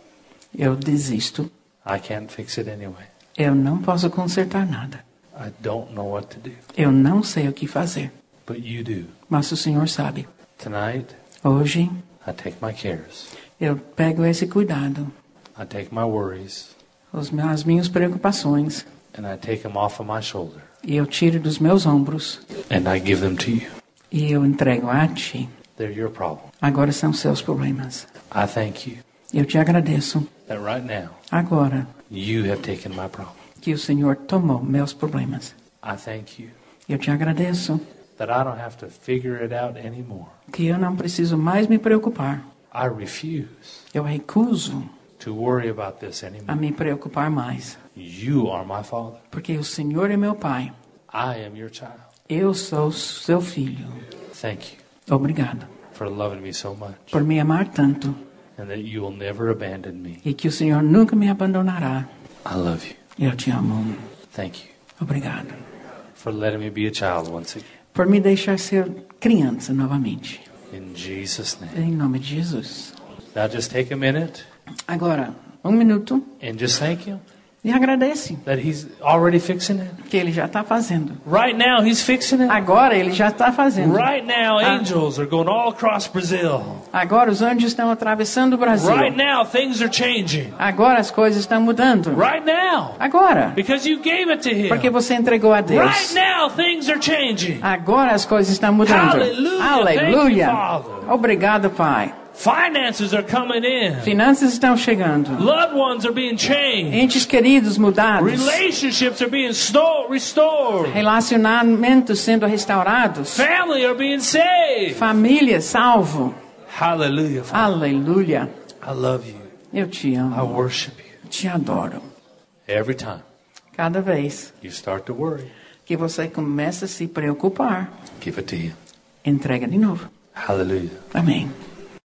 S2: eu desisto.
S1: I can't fix it anyway.
S2: Eu não posso consertar nada.
S1: I don't know what to do,
S2: Eu não sei o que fazer,
S1: but you do.
S2: mas o Senhor sabe.
S1: Tonight,
S2: Hoje
S1: I take my cares,
S2: eu pego esse cuidado,
S1: I take my worries,
S2: os meus- as minhas preocupações,
S1: and I take them off of my shoulder,
S2: e eu tiro dos meus ombros
S1: and I give them to you.
S2: e eu entrego a Ti.
S1: They're your problem.
S2: Agora são seus problemas.
S1: I thank you
S2: Eu te agradeço
S1: that right now
S2: agora
S1: you have taken my problem.
S2: que o Senhor tomou meus problemas.
S1: I thank you
S2: Eu te agradeço
S1: that I don't have to figure it out anymore.
S2: que eu não preciso mais me preocupar.
S1: I refuse
S2: Eu recuso
S1: to worry about this
S2: a
S1: anymore.
S2: me preocupar mais,
S1: You are my father.
S2: porque o Senhor é meu Pai.
S1: I am your child.
S2: Eu sou seu filho.
S1: Thank you
S2: Obrigado
S1: for loving me so much
S2: por me amar tanto
S1: and that you will never abandon me.
S2: e que o Senhor nunca me abandonará.
S1: I love you.
S2: Eu te amo.
S1: Thank you
S2: Obrigado
S1: for letting me be a child once again.
S2: por me deixar ser criança novamente.
S1: In Jesus' name.
S2: Em nome de Jesus.
S1: Now just take a minute
S2: Agora, um minuto
S1: and just thank Him
S2: e agradece
S1: that He's already fixing it.
S2: que ele já está fazendo.
S1: Right now, He's fixing it.
S2: Agora ele já está fazendo.
S1: Right now,
S2: Ah.
S1: angels are going all across Brazil.
S2: Agora os anjos estão atravessando o Brasil.
S1: Right now, things are changing.
S2: Agora as coisas estão mudando.
S1: Right now,
S2: Agora,
S1: because you gave it to
S2: porque
S1: Him.
S2: você entregou a
S1: Right
S2: Deus.
S1: now, things are changing.
S2: Agora as coisas estão mudando.
S1: Hallelujah.
S2: Aleluia.
S1: Thank you, Father.
S2: Obrigado, Pai.
S1: Finances are coming in.
S2: Finanças estão chegando.
S1: Loved ones are being changed.
S2: Entes queridos mudados.
S1: Relationships are being sto- restored.
S2: Relacionamentos sendo restaurados.
S1: Family are being saved.
S2: Família salvo.
S1: Hallelujah. Father.
S2: Aleluia.
S1: I love you.
S2: Eu te
S1: I
S2: amo.
S1: worship you.
S2: Te adoro.
S1: Every time
S2: Cada vez
S1: you start to worry,
S2: que você começa a se preocupar,
S1: give it to Him.
S2: entrega de novo.
S1: Hallelujah.
S2: Amém.